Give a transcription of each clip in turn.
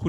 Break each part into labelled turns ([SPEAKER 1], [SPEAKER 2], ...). [SPEAKER 1] คุ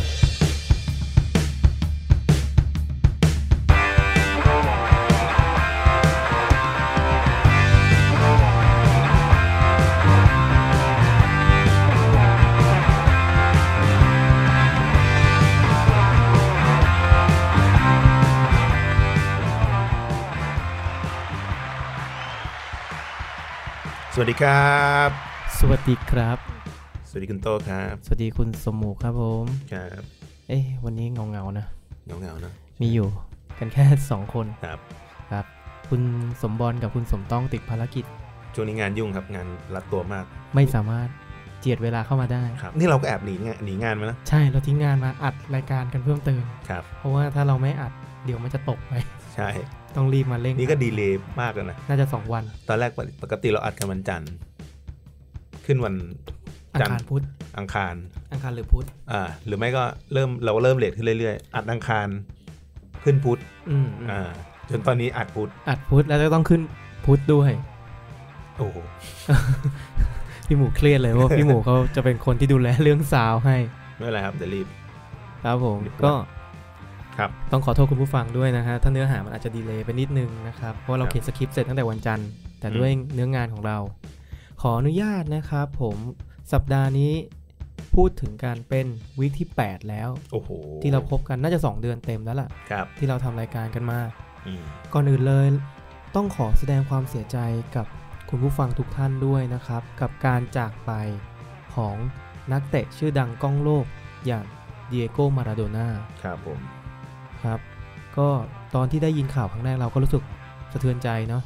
[SPEAKER 2] สวัสดีครับ
[SPEAKER 3] สวัสดีครับ
[SPEAKER 2] สวัสดีคุณโตครับ
[SPEAKER 3] สวัสดีคุณสมหมูครับผม
[SPEAKER 2] ครับ
[SPEAKER 3] เอ้ยวันนี้เงาเงาๆนะ
[SPEAKER 2] เงาเงาๆเนอะ
[SPEAKER 3] มีอยู่กันแค่ 2 คน
[SPEAKER 2] ครับ
[SPEAKER 3] ครับ คุณสมบอลกับคุณสมต้องติดภารกิจ
[SPEAKER 2] ช่วงนี้งานยุ่งครับงานรัดตัวมาก
[SPEAKER 3] ไม่สามารถเจียดเวลาเข้ามาได้
[SPEAKER 2] ครับนี่เราก็แอบหนีงานหนีงานมานะ
[SPEAKER 3] ใช่เราทิ้งงานมาอัดรายการกันเพิ่มเติม
[SPEAKER 2] ครับ
[SPEAKER 3] เพราะว่าถ้าเราไม่อัดเดี๋ยวมันจะตกไป
[SPEAKER 2] ใช่
[SPEAKER 3] ต้องรีบมาเร่ง
[SPEAKER 2] นี่ก็ดีเลยมากเลยนะ
[SPEAKER 3] น่าจะ 2 วัน
[SPEAKER 2] ตอนแรกปกติเราอัดกันวันจันทร์ขึ้นวัน
[SPEAKER 3] อัง
[SPEAKER 2] จัน
[SPEAKER 3] คา
[SPEAKER 2] ท
[SPEAKER 3] ร
[SPEAKER 2] ร์
[SPEAKER 3] พุธ
[SPEAKER 2] อังคาร
[SPEAKER 3] อังคารหรือพุธ
[SPEAKER 2] อ่าหรือไม่ก็เริ่มเราก็เริ่มเลทขึ้นเรื่อยๆ อัดอังคารขึ้นพุธ
[SPEAKER 3] อืมอืม
[SPEAKER 2] อ่าจนตอนนี้อัดพุธ
[SPEAKER 3] อัดพุธแล้วก็ต้องขึ้นพุธด้วย
[SPEAKER 2] โอ้โห
[SPEAKER 3] พี่หมูเครียดเลยว่าพี่หมูเขาจะเป็นคนที่ดูแลเรื่องสาวให้
[SPEAKER 2] ไม่เป็นไรครับเดี๋ยวรีบ
[SPEAKER 3] ครับผม
[SPEAKER 2] เรียบร้อย
[SPEAKER 3] ก็
[SPEAKER 2] ครับ
[SPEAKER 3] ต้องขอโทษคุณผู้ฟังด้วยนะฮะถ้าเนื้อหามันอาจจะดีเลย์ไปนิดนึงนะครับ เพราะว่าเรา
[SPEAKER 2] ครับ
[SPEAKER 3] เขียนสคริปต์เสร็จตั้งแต่วันจันทร์ แต่ด้วยเนื้องานของเรา ขออนุญาตนะครับผมสัปดาห์นี้พูดถึงการเป็นวีคที่ 8 แล้ว
[SPEAKER 2] โอ้โห
[SPEAKER 3] ที่เราพบกันน่าจะ 2 เดือนเต็มแล้วล่ะ
[SPEAKER 2] ครับ
[SPEAKER 3] ที่เราทำรายการกันมา
[SPEAKER 2] อืม
[SPEAKER 3] ก่อนอื่นเลย ต้องขอแสดงความเสียใจกับคุณผู้ฟังทุกท่านด้วยนะครับ กับการจากไปของนักเตะชื่อดังก้องโลกอย่างเดียโกมาราโดน่า
[SPEAKER 2] ครับผม
[SPEAKER 3] ครับ ก็ตอนที่ได้ยินข่าวครั้งแรกเราก็รู้สึกสะเทือนใจเนาะ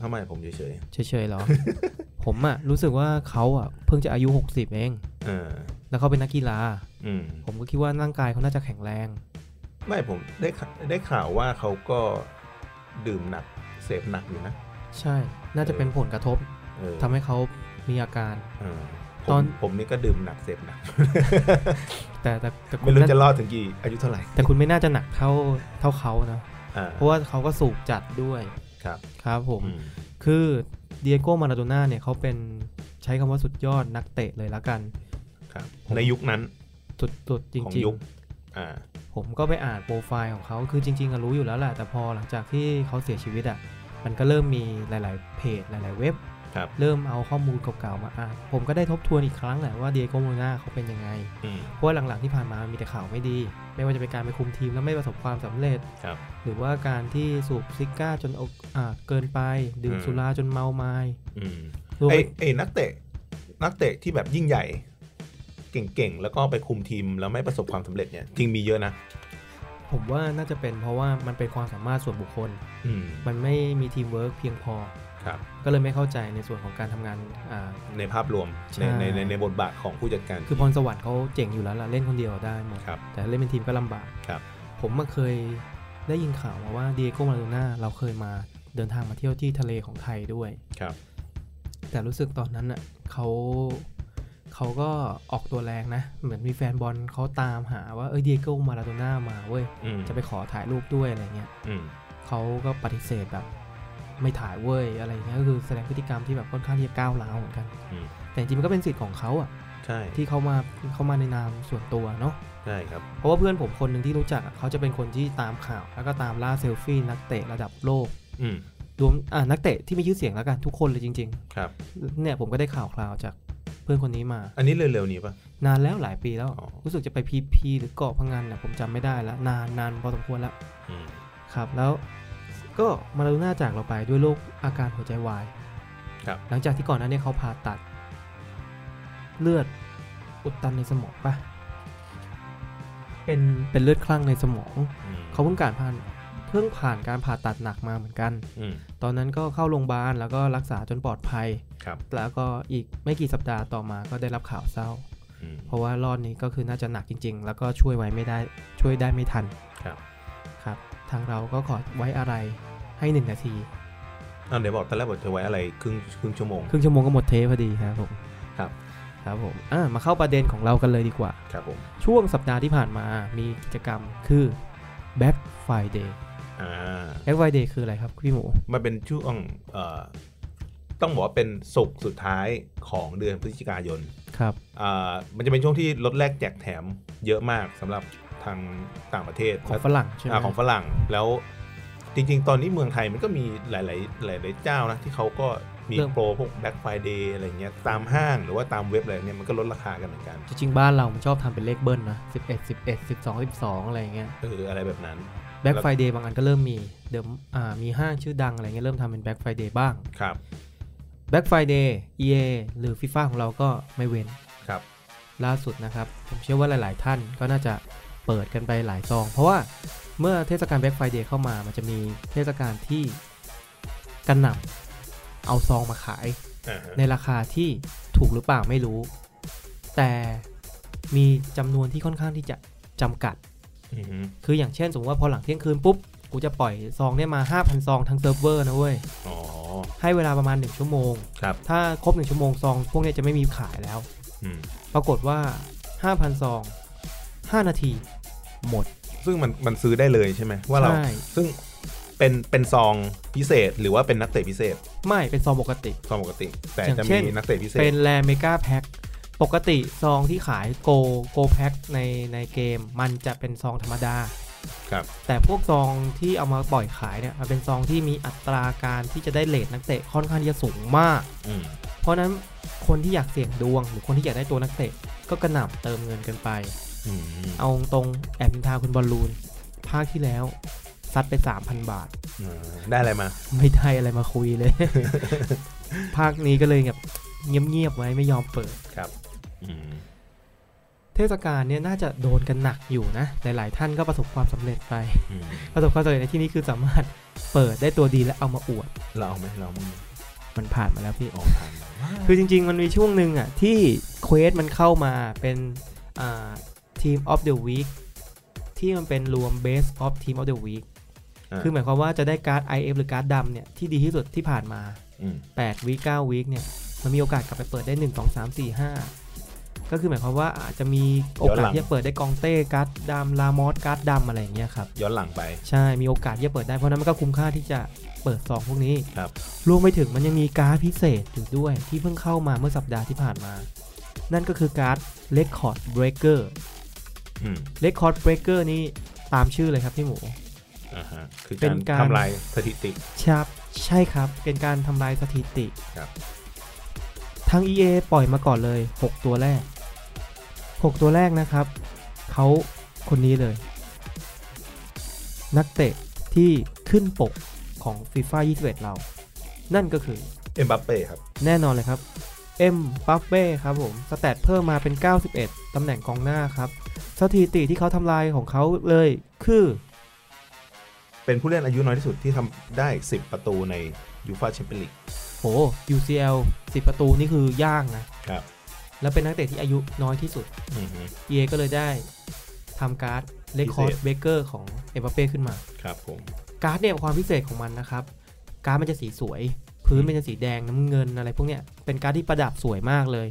[SPEAKER 2] ทำไมผมเฉย
[SPEAKER 3] เฉ ยๆเหรอ ผมอะรู้สึกว่าเขาอะเพิ่งจะอายุ 60 เอง
[SPEAKER 2] ๆเออ
[SPEAKER 3] แล้วเขาเป็นนักกีฬา
[SPEAKER 2] อืม
[SPEAKER 3] ผมก็คิดว่าร่างกายเขาน่าจะแข็งแรง
[SPEAKER 2] ไม่ผมได้ข่าได้ข่าวว่าเขาก็ดื่มหนักเสพหนักอยู่นะ
[SPEAKER 3] ใช่ น่าจะเป็นผลกระทบ
[SPEAKER 2] เออ
[SPEAKER 3] ทำให้เขามีอาการ
[SPEAKER 2] เออ
[SPEAKER 3] ต
[SPEAKER 2] ต
[SPEAKER 3] อ
[SPEAKER 2] อน นผมนี่ก็ดื่มหนักเสพหนัก
[SPEAKER 3] แต่แต่แต่คุ
[SPEAKER 2] ไม่
[SPEAKER 3] ณ
[SPEAKER 2] รู้
[SPEAKER 3] น่า
[SPEAKER 2] จะรอดถึงกี่อายุเท่าไหร่
[SPEAKER 3] แต่คุณไม่น่าจะหนักเท่าเท่าเขานะ
[SPEAKER 2] อ่า
[SPEAKER 3] เพราะว่าเขาก็สูบจัดด้วย
[SPEAKER 2] ครับ
[SPEAKER 3] ครับผม
[SPEAKER 2] อืม
[SPEAKER 3] คือเดียโกมาราโดน่าเนี่ยเขาเป็นใช้คำว่าสุดยอดนักเตะเลยละกัน
[SPEAKER 2] ครับ
[SPEAKER 3] ผม
[SPEAKER 2] ในยุคนั้น
[SPEAKER 3] สุดๆจ
[SPEAKER 2] ของ
[SPEAKER 3] ริง
[SPEAKER 2] ยุค
[SPEAKER 3] ๆ
[SPEAKER 2] อ่า
[SPEAKER 3] ผมก็ไปอ่านโปรไฟล์ของเขาคือจริงๆก็รู้อยู่แล้วแหละแต่พอหลังจากที่เขาเสียชีวิตอะ่ะ มันก็เริ่มมีหลาย ๆ เพจหลาย ๆ เว็บ
[SPEAKER 2] ครับ
[SPEAKER 3] เริ่มเอาข้อมูลเก่าๆมาอ่าน ผมก็ได้ทบทวนอีกครั้งแหละว่าเดียโกโมนาเขาเป็นยังไง
[SPEAKER 2] อืม
[SPEAKER 3] เพราะว่าหลังๆที่ผ่านมามันมีแต่ข่าวไม่ดี ไม่ว่าจะเป็นการไปคุมทีมแล้วไม่ประสบความสำเร็จ
[SPEAKER 2] ครับ
[SPEAKER 3] หรือว่าการที่สูบซิก้าจนอกอ่าเกินไป ดื่ม
[SPEAKER 2] อืม
[SPEAKER 3] สุราจนเมาไม้
[SPEAKER 2] อืม
[SPEAKER 3] รวม
[SPEAKER 2] ไอ
[SPEAKER 3] ไป
[SPEAKER 2] ไอนักเตะ นักเตะที่แบบยิ่งใหญ่ เก่งๆ แล้วก็ไปคุมทีมแล้วไม่ประสบความสำเร็จเนี่ยจริงมีเยอะนะ
[SPEAKER 3] ผมว่าน่าจะเป็นเพราะว่ามันเป็นความสามารถส่วนบุคคล
[SPEAKER 2] อืม
[SPEAKER 3] มันไม่มีทีมเวิร์กเพียงพอ
[SPEAKER 2] ครับ
[SPEAKER 3] ก็เลยไม่เข้าใจในส่วนของการทำงานอ่า
[SPEAKER 2] ในภาพรวม
[SPEAKER 3] ใช่
[SPEAKER 2] ในในในในบทบาทของผู้จัดการ
[SPEAKER 3] คือพรสวรรค์เขาเจ๋งอยู่แล้วล่ะ เล่นคนเดียวได้หมด
[SPEAKER 2] ครับ
[SPEAKER 3] แต่เล่นเป็นทีมก็ลำบาก
[SPEAKER 2] ครับ
[SPEAKER 3] ผมมาเคยได้ยินข่าวมาว่าเดียโกมาราโดน่าเราเคยมาเดินทางมาเที่ยวที่ทะเลของไทยด้วย
[SPEAKER 2] ครับ
[SPEAKER 3] แต่รู้สึกตอนนั้นน่ะเขาเขาก็ออกตัวแรงนะ เหมือนมีแฟนบอลเขาตามหาว่าเอ้ยเดียโกมาราโดน่ามาเว้ย
[SPEAKER 2] อืม
[SPEAKER 3] จะไปขอถ่ายรูปด้วยอะไรเงี้ย
[SPEAKER 2] อืม
[SPEAKER 3] เขาก็ปฏิเสธแบบไม่ถ่ายเว้ยอะไรเงี้ยก็คือแสดงพฤติกรรมที่แบบค่อนข้างที่จะก้าวร้าวเหมือนกัน
[SPEAKER 2] อืม
[SPEAKER 3] แต่จริงๆมันก็เป็นสิทธิ์ของเขาอะ
[SPEAKER 2] ใช่
[SPEAKER 3] ที่เขามาเขามาในนามส่วนตัวเนาะ
[SPEAKER 2] ใช่ครับ
[SPEAKER 3] เพราะว่าเพื่อนผมคนหนึ่งที่รู้จักอะเขาจะเป็นคนที่ตามข่าว แล้วก็ตามล่าเซลฟี่นักเตะระดับโลก
[SPEAKER 2] อืม
[SPEAKER 3] รวมอ่านักเตะที่มีชื่อเสียงแล้วกันทุกคนเลยจริง
[SPEAKER 2] ครับ
[SPEAKER 3] ๆ เนี่ยผมก็ได้ข่าวคราวจากเพื่อนคนนี้มา
[SPEAKER 2] อันนี้เร็วๆนี้ป่ะ
[SPEAKER 3] นานแล้วหลายปีแล้ว
[SPEAKER 2] อ๋อ
[SPEAKER 3] รู้สึกจะไปพีพีหรือเกาะพังงานนะผมจำไม่ได้ละนานนานพอสมควรละ
[SPEAKER 2] อืม
[SPEAKER 3] ครับ แล้วก็มาราโดน่าจากเราไปด้วยโรคอาการหัวใจวาย
[SPEAKER 2] ครับ
[SPEAKER 3] หลังจากที่ก่อนหน้านี้เขาผ่าตัด เลือดอุดตันในสมองปะเป็นเป็นเลือดคลั่งในสมอง
[SPEAKER 2] อืม
[SPEAKER 3] เขาเพิ่งการผ่านเพิ่งผ่านการผ่าตัดหนักมาเหมือนกัน
[SPEAKER 2] อืม
[SPEAKER 3] ตอนนั้นก็เข้าโรงพยาบาลแล้วก็รักษาจนปลอดภัย
[SPEAKER 2] ครับ
[SPEAKER 3] แล้วก็อีกไม่กี่สัปดาห์ต่อมาก็ได้รับข่าวเศร้า
[SPEAKER 2] อืม
[SPEAKER 3] เพราะว่ารอดนี้ก็คือน่าจะหนักจริง ๆ แล้วก็ช่วยไว้ไม่ได้ช่วยได้ไม่ทัน
[SPEAKER 2] ครับ
[SPEAKER 3] ครับ ทางเราก็ขอไว้อะไรให้1นาที
[SPEAKER 2] อ้าวเดี๋ยวบอกตอนแรกบอกจะไว้อะไรครึ่งครึ่งชั่วโมง
[SPEAKER 3] ครึ่งชั่วโมงก็หมดเทปพอดีครับผม
[SPEAKER 2] ครับ
[SPEAKER 3] ครับผมอ่ะมาเข้าประเด็นของเรากันเลยดีกว่า
[SPEAKER 2] ครับผม
[SPEAKER 3] ช่วงสัปดาห์ที่ผ่านมามีกิจกรรมคือ Black Friday
[SPEAKER 2] อ่า
[SPEAKER 3] Black Friday คืออะไรครับพี่หมู
[SPEAKER 2] มันเป็นช่วงเอ่อ ต้องบอกว่าเป็นศุกร์สุดท้ายของเดือนพฤศจิกายน
[SPEAKER 3] ครับ
[SPEAKER 2] อ่ามันจะเป็นช่วงที่ลดแลกแจกแถมเยอะมากสำหรับทางต่างประเทศ
[SPEAKER 3] ของฝรั่งใช่ไหม
[SPEAKER 2] อ่าของฝรั่งแล้วจริง ๆ ตอนนี้เมืองไทยมันก็มีหลายๆหลายๆเจ้านะที่เขาก็มี
[SPEAKER 3] เรื่อง
[SPEAKER 2] โปรพวก Black Friday อะไรเงี้ยตามห้างหรือว่าตามเว็บอะไรเนี่ยมันก็ลดราคากันเหมือนกัน
[SPEAKER 3] จริงๆบ้านเรามันชอบทำเป็นเลขเบิ้ลนะ 11 11 12 12 อะไรอย่างเงี้ย
[SPEAKER 2] เอออะไรแบบนั้น
[SPEAKER 3] Black
[SPEAKER 2] แล้ว
[SPEAKER 3] Friday บางอันก็เริ่มมีเดิมอ่ามีห้างชื่อดังอะไรเงี้ยเริ่มทำเป็น Black Friday บ้าง
[SPEAKER 2] ครับ
[SPEAKER 3] Black Friday EA หรือ FIFA ของเราก็ไม่เว้น
[SPEAKER 2] ครับ
[SPEAKER 3] ล่าสุดนะครับ ผมเชื่อว่าหลาย ๆ ท่านก็น่าจะเปิดกันไปหลายซอง เพราะว่าเมื่อเทศกาล Black Friday เข้ามา มันจะมีเทศกาลที่กันหน่ำเอาซองมาขาย
[SPEAKER 2] อ่าฮะ
[SPEAKER 3] ในราคาที่ถูกหรือเปล่าไม่รู้ แต่มีจำนวนที่ค่อนข้างที่จะจำกัด
[SPEAKER 2] อือฮึ
[SPEAKER 3] คืออย่างเช่น สมมติว่าพอหลังเที่ยงคืนปุ๊บ กูจะปล่อยซองเนี่ยมา 5,000 ซองทั้งเซิร์ฟเวอร์นะเว้ย
[SPEAKER 2] อ๋อ
[SPEAKER 3] ให้เวลาประมาณ 1 ชั่วโมง
[SPEAKER 2] ครับ
[SPEAKER 3] ถ้าครบ 1 ชั่วโมงซอง พวกเนี้ยจะไม่มีขายแล้ว
[SPEAKER 2] อืม
[SPEAKER 3] ปรากฏว่า 5,000 ซอง 5 นาที หมด
[SPEAKER 2] ซึ่งมันมันซื้อได้เลยใช่ไหมว่าเรา
[SPEAKER 3] ใช่
[SPEAKER 2] ซึ่งเป็นเป็นซองพิเศษหรือว่าเป็นนักเตะพิเศษ
[SPEAKER 3] ไม่เป็นซองปกติ
[SPEAKER 2] ซองปกติ แต่
[SPEAKER 3] อย่าง
[SPEAKER 2] จะ
[SPEAKER 3] เช่
[SPEAKER 2] มี
[SPEAKER 3] น
[SPEAKER 2] นักเตะพิเศษ
[SPEAKER 3] เป็นแรเมกาแพ็คปกติซองที่ขายโกโกแพ็คในในเกม มันจะเป็นซองธรรมดา
[SPEAKER 2] ครับ
[SPEAKER 3] แต่พวกซองที่เอามาปล่อยขายเนี่ยมันเป็นซองที่มีอัตราการที่จะได้เลทนักเตะค่อนข้างที่จะสูงมาก
[SPEAKER 2] อืม
[SPEAKER 3] เพราะฉะนั้นคนที่อยากเสี่ยงดวง หรือคนที่อยากได้ตัวนักเตะก็กระหน่ำเติมเงินกันไป
[SPEAKER 2] อืม
[SPEAKER 3] เอาตรงๆแอบนินทาคุณบอลลูนภาคที่แล้วซัดไป 3,000 บาท
[SPEAKER 2] อ่าได้อะไรมา
[SPEAKER 3] ไม่ได้อะไรมาคุยเลย ภาคนี้ก็เลยแบบเงียบๆไว้ไม่ยอมเปิด
[SPEAKER 2] ครับอืม
[SPEAKER 3] เทศกาลเนี่ยน่าจะโดนกันหนักอยู่นะ หลายๆท่านก็ประสบความสำเร็จไป
[SPEAKER 2] อืม
[SPEAKER 3] ประสบความสำเร็จในที่นี้คือสามารถเปิดได้ตัวดีและเอามาอวด
[SPEAKER 2] เราเอาไหมเรามึง
[SPEAKER 3] มันผ่านมาแล้วพี่
[SPEAKER 2] ออกทาง
[SPEAKER 3] คือจริง ๆ มันมีช่วงหนึ่งอ่ะ ที่เควสมันเข้ามาเป็นอ่าทีมออฟเดอะวีคที่มันเป็นรวมเบสออฟทีมออฟเดอะวีค
[SPEAKER 2] า
[SPEAKER 3] คือหมายความว่าจะได้การ์ด IF หรือการ์ดดำเนี่ย ที่ดีที่สุดที่ผ่านมา
[SPEAKER 2] อืม
[SPEAKER 3] 8วีค9วีคเนี่ย มันมีโอกาสกลับไปเปิดได้ 1 2 3 4 5 ก็คือหมายความว่าอาจจะมีโอกาสที่จะเปิดได้กองเต้การ์ดดำลามอสการ์ดดำอะไรอย่างเงี้ยครับ
[SPEAKER 2] ย้อนหลังไป
[SPEAKER 3] ใช่ มีโอกาสที่จะเปิดได้ เพราะฉะนั้นมันก็คุ้มค่าที่จะเปิดซองพวกนี้
[SPEAKER 2] ครับ
[SPEAKER 3] รวมไปถึงมันยังมีการ์ดพิเศษอยู่ด้วยที่เพิ่งเข้ามาเมื่อสัปดาห์ที่ผ่านมา นั่นก็คือการ์ด Record Breaker
[SPEAKER 2] อืม
[SPEAKER 3] Record Breaker นี่ตามชื่อเลยครับพี่หมู
[SPEAKER 2] อ่าฮะคือ
[SPEAKER 3] เป็
[SPEAKER 2] กาน ร
[SPEAKER 3] การ
[SPEAKER 2] ทำลายสถิติ
[SPEAKER 3] ครับใช่ครับ เป็นการทำลายสถิติ
[SPEAKER 2] ครับ
[SPEAKER 3] ทาง EA ปล่อยมาก่อนเลย 6 ตัวแรก 6 ตัวแรกนะครับ เขาคนนี้เลย นักเตะที่ขึ้นปกของ FIFA 21 เรา นั่นก็คือ
[SPEAKER 2] เอ็มบัปเป้ครับ
[SPEAKER 3] แน่นอนเลยครับ เอ็มปัฟเป้ครับผม สแตทเพิ่มมาเป็น 91 ตำแหน่งกองหน้าครับ สถิติที่เขาทำลายของเขาเลยคือ
[SPEAKER 2] เป็นผู้เล่นอายุน้อยที่สุดที่ทำได้ 10 ประตูในยูฟาแชมเปี้ยนลีก
[SPEAKER 3] โห UCL 10 ประตูนี่คือย่างนะ
[SPEAKER 2] ครับ
[SPEAKER 3] แล้วเป็นนักเตะที่อายุน้อยที่สุด
[SPEAKER 2] อือฮึ
[SPEAKER 3] EA ก็เลยได้ทำการ์ดเลคคอร์ด
[SPEAKER 2] พิเศษ
[SPEAKER 3] เบเกอร์ของเอ็มบัปเป้ขึ้นมา
[SPEAKER 2] ครับผม
[SPEAKER 3] การ์ดเนี่ยความพิเศษของมันนะครับ การ์ดมันจะสีสวย พื้นมันจะสีแดงน้ำเงินอะไรพวกเนี้ย เป็นการ์ดที่ประดับสวยมากเลย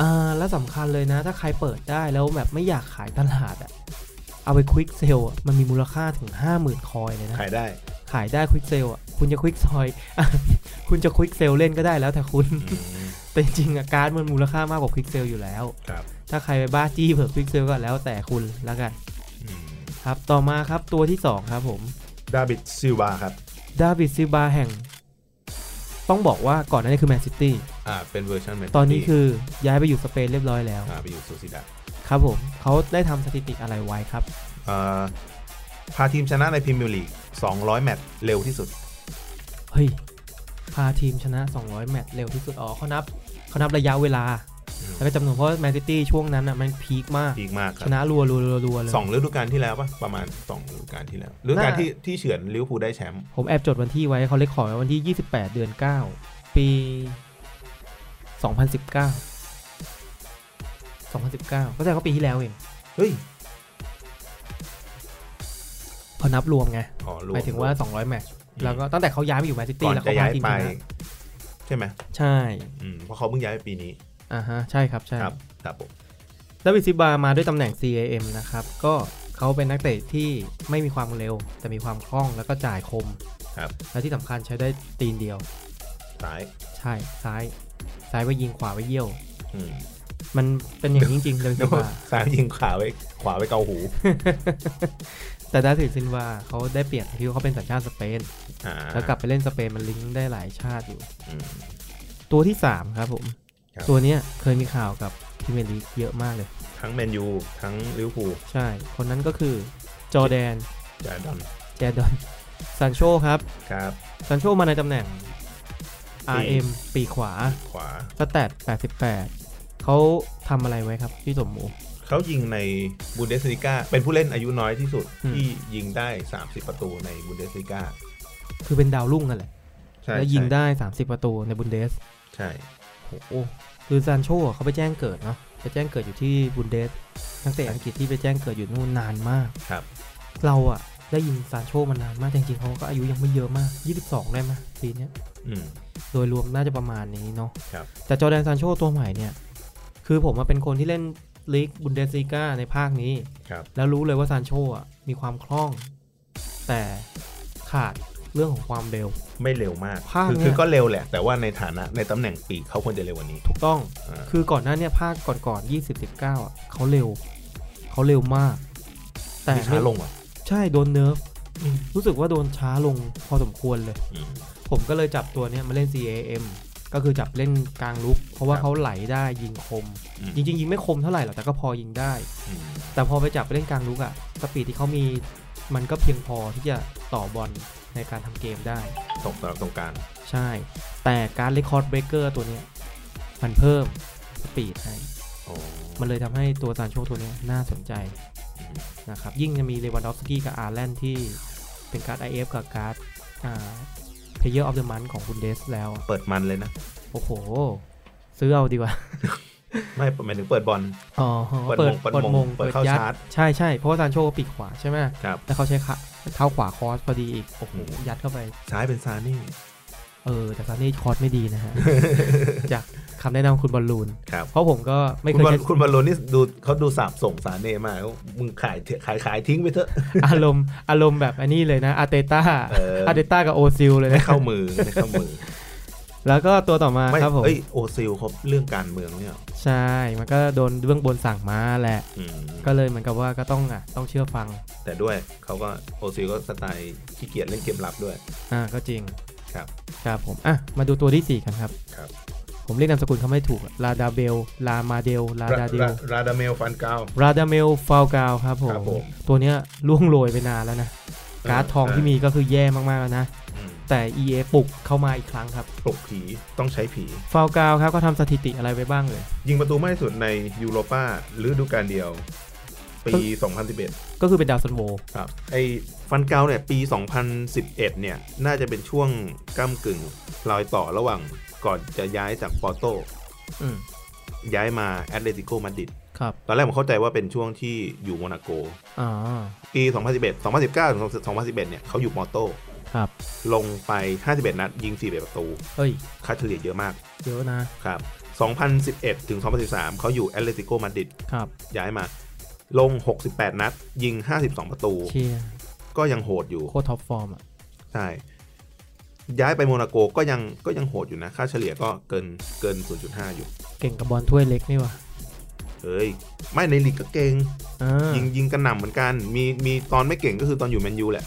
[SPEAKER 3] อ่า และสำคัญเลยนะ ถ้าใครเปิดได้แล้วแบบไม่อยากขายตลาดอะเอาไปควิกเซลมันมีมูลค่าถึง 50,000 คอยเลยนะ
[SPEAKER 2] ขายได้
[SPEAKER 3] ขายได้ควิกเซลอะคุณจะควิกซอย คุณจะควิกเซลเล่นก็ได้แล้วแต่คุณ
[SPEAKER 2] อืม
[SPEAKER 3] แต่จริงๆอะการ์ดมันมูลค่ามากกว่าควิกเซลอยู่แล้ว
[SPEAKER 2] ครับ
[SPEAKER 3] ถ้าใครไปบ้าจี้เผื่อควิกเซลก็แล้วแต่คุณแล้วกัน
[SPEAKER 2] อืม
[SPEAKER 3] ครับ ต่อมาครับตัวที่ 2 ครับผม
[SPEAKER 2] ดาบิดซิลวาครับ
[SPEAKER 3] ดาวิดซิลบาแห่ง ต้องบอกว่าก่อนหน้านี้คือแมนซิตี้
[SPEAKER 2] อ่า เป็นเวอร์ชันแมน
[SPEAKER 3] ตอนนี้คือย้ายไปอยู่สเปนเรียบร้อยแล้ว
[SPEAKER 2] อ่าไปอยู่ซูซิดา
[SPEAKER 3] ครับผมเขาได้ทำสถิติอะไรไว้ครับ
[SPEAKER 2] อ่าพาทีมชนะในพรีเมียร์ลีก 200 แมตช์เร็วที่สุด
[SPEAKER 3] เฮ้ย พาทีมชนะ 200 แมตช์เร็วที่สุดอ๋อเขานับเขานับระยะเวลา
[SPEAKER 2] อืม
[SPEAKER 3] แล้วก็จำนวนเพราะแมนซิตี้ช่วงนั้นอ่ะมันพีคมาก
[SPEAKER 2] ดีมากค
[SPEAKER 3] ช
[SPEAKER 2] รับ
[SPEAKER 3] นะรัวรัวรัวรัวเลย
[SPEAKER 2] สองฤดูกาลที่แล้วปะประมาณสองฤดูกาลที่แล้วฤดูกาล
[SPEAKER 3] น่า
[SPEAKER 2] ที่ที่เฉือนลิเวอร์พูลได้แชมป์
[SPEAKER 3] ผมแอบจดวันที่ไว้เขาเลขขอไว้วันที่ 28 เดือน 9 ปี 2019 2019 ก็แสดงว่าปีที่แล้วเอง
[SPEAKER 2] เฮ้ย
[SPEAKER 3] พอนับรวมไง
[SPEAKER 2] อ๋อร
[SPEAKER 3] หมายถึงว่า 200 แมตช์แล้วก็ตั้งแต่เขาย้ายมาอยู่แมนซิ
[SPEAKER 2] ก่
[SPEAKER 3] ตี้
[SPEAKER 2] อน
[SPEAKER 3] แล้ว
[SPEAKER 2] จะ
[SPEAKER 3] เขา
[SPEAKER 2] ย้า
[SPEAKER 3] พาย ทีม
[SPEAKER 2] ไป
[SPEAKER 3] ชนะ
[SPEAKER 2] ใช่ไหม
[SPEAKER 3] ใช่
[SPEAKER 2] อืมเพราะเขาเพิ่งย้ายไปปีนี้
[SPEAKER 3] อ่าฮะ ใช่ครับ ใช่
[SPEAKER 2] ครับครับผม
[SPEAKER 3] แล้ววิซิบามาด้วยตำแหน่ง CAM นะครับ ก็เขาเป็นนักเตะที่ไม่มีความเร็ว แต่มีความคล่องแล้วก็จ่ายคม
[SPEAKER 2] ครับ
[SPEAKER 3] และที่สำคัญใช้ได้ตีนเดียว
[SPEAKER 2] ซ้าย
[SPEAKER 3] ใช่ซ้ายซ้ายไว้ยิงขวาไว้เยี่ยว
[SPEAKER 2] อืม
[SPEAKER 3] มันเป็นอย่างนี้จริงๆเลย
[SPEAKER 2] นึ
[SPEAKER 3] ซิ
[SPEAKER 2] ก
[SPEAKER 3] น
[SPEAKER 2] ว่าว
[SPEAKER 3] า
[SPEAKER 2] ซ้ายยิงขวาไว้ขวาไว้เกาหู
[SPEAKER 3] แต่ดาถือซินวาเขาได้เปรียบที่เขาเป็นสัญชาติสเปน
[SPEAKER 2] อ่า
[SPEAKER 3] แล้วกลับไปเล่นสเปนมันลิงก์ได้หลายชาติอยู่
[SPEAKER 2] อืม
[SPEAKER 3] ตัวที่ 3 ครับผม
[SPEAKER 2] ครับ
[SPEAKER 3] ตัวเนี้ยเคยมีข่าวกับพรีเมียร์ลีกเยอะมากเลย
[SPEAKER 2] ทั้งแมนยูทั้งลิเวอร์พูล
[SPEAKER 3] ใช่ คนนั้นก็คือจอร์แดน
[SPEAKER 2] จาดอน
[SPEAKER 3] แจดอนซันโชครับ
[SPEAKER 2] ครับ
[SPEAKER 3] ซันโชมาในตำแหน่ง
[SPEAKER 2] ปี
[SPEAKER 3] RM ปีกขวา
[SPEAKER 2] ขวา
[SPEAKER 3] สแตท88 เขาทำอะไรไว้ครับพี่สมหมู
[SPEAKER 2] เขายิงในบุนเดสลิก้าเป็นผู้เล่นอายุน้อยที่สุด
[SPEAKER 3] อืม
[SPEAKER 2] ที่ยิงได้ 30 ประตูในบุนเดสลิก้า
[SPEAKER 3] คือเป็นดาวรุ่งกันแหละ
[SPEAKER 2] ใช่
[SPEAKER 3] แล้วยิงได้ 30 ประตูในบุนเดส
[SPEAKER 2] ใช่
[SPEAKER 3] โอ้โหคือซานโชอะเขาไปแจ้งเกิดเนาะไปแจ้งเกิดอยู่ที่บุนเดสนักเตะอังกฤษที่ไปแจ้งเกิดอยู่นู่นนานมาก
[SPEAKER 2] ใช่ครับ
[SPEAKER 3] เราอะได้ยินซานโชมานานมากแต่จริงๆเขาก็อายุยังไม่เยอะมาก 22 ได้ไหมยปีเนี้ย
[SPEAKER 2] อืม
[SPEAKER 3] โดยรวมน่าจะประมาณนี้เนาะ
[SPEAKER 2] ครับ
[SPEAKER 3] แต่จอร์แดนซานโชตัวใหม่เนี่ย คือผมมาเป็นคนที่เล่นลีกบุนเดสลีกาในภาคนี้
[SPEAKER 2] ครับ
[SPEAKER 3] แล้วรู้เลยว่าซานโชอะมีความคล่อง แต่ขาดเรื่องของความเร็ว
[SPEAKER 2] ไม่เร็วมาก
[SPEAKER 3] ภาค
[SPEAKER 2] คือ
[SPEAKER 3] เนี่ย
[SPEAKER 2] คือก็เร็วแหละ แต่ว่าในฐานะในตำแหน่งปีกเขาควรจะเร็วกว่านี้
[SPEAKER 3] ถูกต้อง
[SPEAKER 2] อ่า
[SPEAKER 3] คือก่อนหน้าเนี่ยภาคก่อนๆ2019อ่ะเขาเร็ว เขาเร็วมาก แต่
[SPEAKER 2] มีช้า
[SPEAKER 3] ไม่
[SPEAKER 2] ลงเหรอ่ะ
[SPEAKER 3] ใช่โดนเนิร์ฟอืมรู้สึกว่าโดนช้าลงพอสมควรเลย ผมก็เลยจับตัวเนี้ยมาเล่น CAM ก็คือจับเล่นกลางลุก เพราะว่าเขาไหลได้ยิงคม จริง ๆ ยิงไม่คมเท่าไหร่หรอกแต่ก็พอยิงได้ แต่พอไปจับไปเล่นกลางลุกอะสปีดที่เขามี มันก็เพียงพอที่จะต่อบอลในการทำเกมได้
[SPEAKER 2] ตรงตรงกลาง
[SPEAKER 3] ใช่ แต่การเรคคอร์ดเบรกเกอร์ตัวเนี้ยมันเพิ่มสปีดให้
[SPEAKER 2] อ๋อ
[SPEAKER 3] มันเลยทำให้ตัวซานโชตัวเนี้ยน่าสนใจ
[SPEAKER 2] อืม
[SPEAKER 3] นะครับ ยิ่งจะมีเลวันดอฟสกี้กับอาร์แลนด์ที่เป็นการ์ด IF กับการ์ดอ่าเพเยอร์ออฟเดอะมันของบุนเดสแล้วอะ
[SPEAKER 2] เปิดมันเลยนะ
[SPEAKER 3] โอ้โห ซื้อเอาดีกว่า
[SPEAKER 2] ไม่หมายถึงเปิดบอล
[SPEAKER 3] อ๋อ
[SPEAKER 2] เปิดมงเปิดมงเปิดเข้า
[SPEAKER 3] ยัด
[SPEAKER 2] ชาร์จ
[SPEAKER 3] ใช่ใช่เพราะว่าซานโชก็ปีกขวาใช่ไหม
[SPEAKER 2] ครับ
[SPEAKER 3] แล้วเขาใช้ขาเท้าขวาคอสพอดีอีก
[SPEAKER 2] โอ้โห
[SPEAKER 3] ยัดเข้าไป
[SPEAKER 2] ซ้ายเป็นซานี่
[SPEAKER 3] เออแต่ซานนี่คอสไม่ดีนะฮ ะ จากคำแนะนำของคุณบอลลูน
[SPEAKER 2] ครับ
[SPEAKER 3] เพราะผมก็ไม่
[SPEAKER 2] คุ
[SPEAKER 3] เค
[SPEAKER 2] ณ
[SPEAKER 3] ย
[SPEAKER 2] บอล
[SPEAKER 3] ใช้
[SPEAKER 2] คุณบอลโลนี่ดูเขาดูสาบส่งซาเน่มากเขามึงขายเถอะขายขายทิ้งไปเถอะ
[SPEAKER 3] อารมณ์อารมณ์แบบอันนี้เลยนะอาร์เตต้า
[SPEAKER 2] เอออ
[SPEAKER 3] อาร์เตต้ากับโอซิลเลย
[SPEAKER 2] ไม่
[SPEAKER 3] นะ
[SPEAKER 2] เข้ามือไม่เข้า มือ
[SPEAKER 3] แล้วก็ตัวต่อมา
[SPEAKER 2] ไม่
[SPEAKER 3] ครับผม
[SPEAKER 2] เอ้ยโอซิลเขาเรื่องการเมืองเนี่ยหรอ
[SPEAKER 3] ใช่ มันก็โดนเบื้องบนสั่งมาแหละ
[SPEAKER 2] อืม
[SPEAKER 3] ก็เลยเหมือนกับว่าก็ต้องอ่ะต้องเชื่อฟัง
[SPEAKER 2] แต่ด้วยเขาก็โอซิลก็สไตล์ขี้เกียจเล่นเกมลับด้วย
[SPEAKER 3] อ่าก็จริง
[SPEAKER 2] ครับ
[SPEAKER 3] ครับผมอ่ะมาดูตัวที่ 4 กันครับ
[SPEAKER 2] ครับ
[SPEAKER 3] ผมเรียกนามสกุลเขาไม่ถูกลาดาเบลลามาเดลลาดาเดล
[SPEAKER 2] ราดาเมลฟันเกา
[SPEAKER 3] ราดาเมลฟาวกาวครับผ
[SPEAKER 2] ครับผม ม
[SPEAKER 3] ตัวเนี้ยล่วงโรยไปนานแล้วนะ การ์ดทอง
[SPEAKER 2] เออ
[SPEAKER 3] ที่มีก็คือแย่มากๆแล้วนะ
[SPEAKER 2] อืม
[SPEAKER 3] แต่ EA ปลุกเข้ามาอีกครั้งครับ
[SPEAKER 2] ปลุกผีต้องใช้ผี
[SPEAKER 3] ฟาวกาวครับก็ทำสถิติอะไรไว้บ้างเลย
[SPEAKER 2] ยิงประตูมากที่สุดในยูโรปาฤดูกาลเดียว ปี 2011
[SPEAKER 3] ก็คือเป็นดาวซันโว
[SPEAKER 2] ครับไอ้ฟันเกาเนี่ยปี 2011 เนี่ย น่าจะเป็นช่วงก้ามกึ่งรอยต่อระหว่างก่อนจะย้ายจากปอร์โต
[SPEAKER 3] อืม
[SPEAKER 2] ย้ายมาแอตเลติโกมาดริด
[SPEAKER 3] ครับ
[SPEAKER 2] ตอนแรกผมเข้าใจว่าเป็นช่วงที่อยู่โมนาโก
[SPEAKER 3] อ่า
[SPEAKER 2] ปี 2011 2019ถึง2011 เนี่ยเขาอยู่ปอร์โต
[SPEAKER 3] ครับ
[SPEAKER 2] ลงไป 51 นัด ยิง41ประตู
[SPEAKER 3] เอ้ย
[SPEAKER 2] ค่าเฉลี่ยเยอะมาก
[SPEAKER 3] เยอะนะครับ
[SPEAKER 2] 2011 ถึง 2013 เขาอยู่แอตเลติโกมาดริด
[SPEAKER 3] ครับ
[SPEAKER 2] ย้ายมา ลง 68 นัด ยิง 52 ประตู
[SPEAKER 3] เชียร์
[SPEAKER 2] ก็ยังโหดอยู่
[SPEAKER 3] โคตรท็อปฟอร์มอ่ะ
[SPEAKER 2] ใช่ ย้ายไปโมนาโกก็ยังก็ยังโหดอยู่นะ ค่าเฉลี่ยก็เกินเกิน 0.5 อยู่
[SPEAKER 3] เก่งกับบอลถ้วยเล็กนี่ว่ะ
[SPEAKER 2] เฮ้ย ไม่ในลีกก็เก่ง
[SPEAKER 3] อ่า
[SPEAKER 2] ยิงยิงกระหน่ำเหมือนกัน มีมีตอนไม่เก่งก็คือตอนอยู่แมนยูแหละ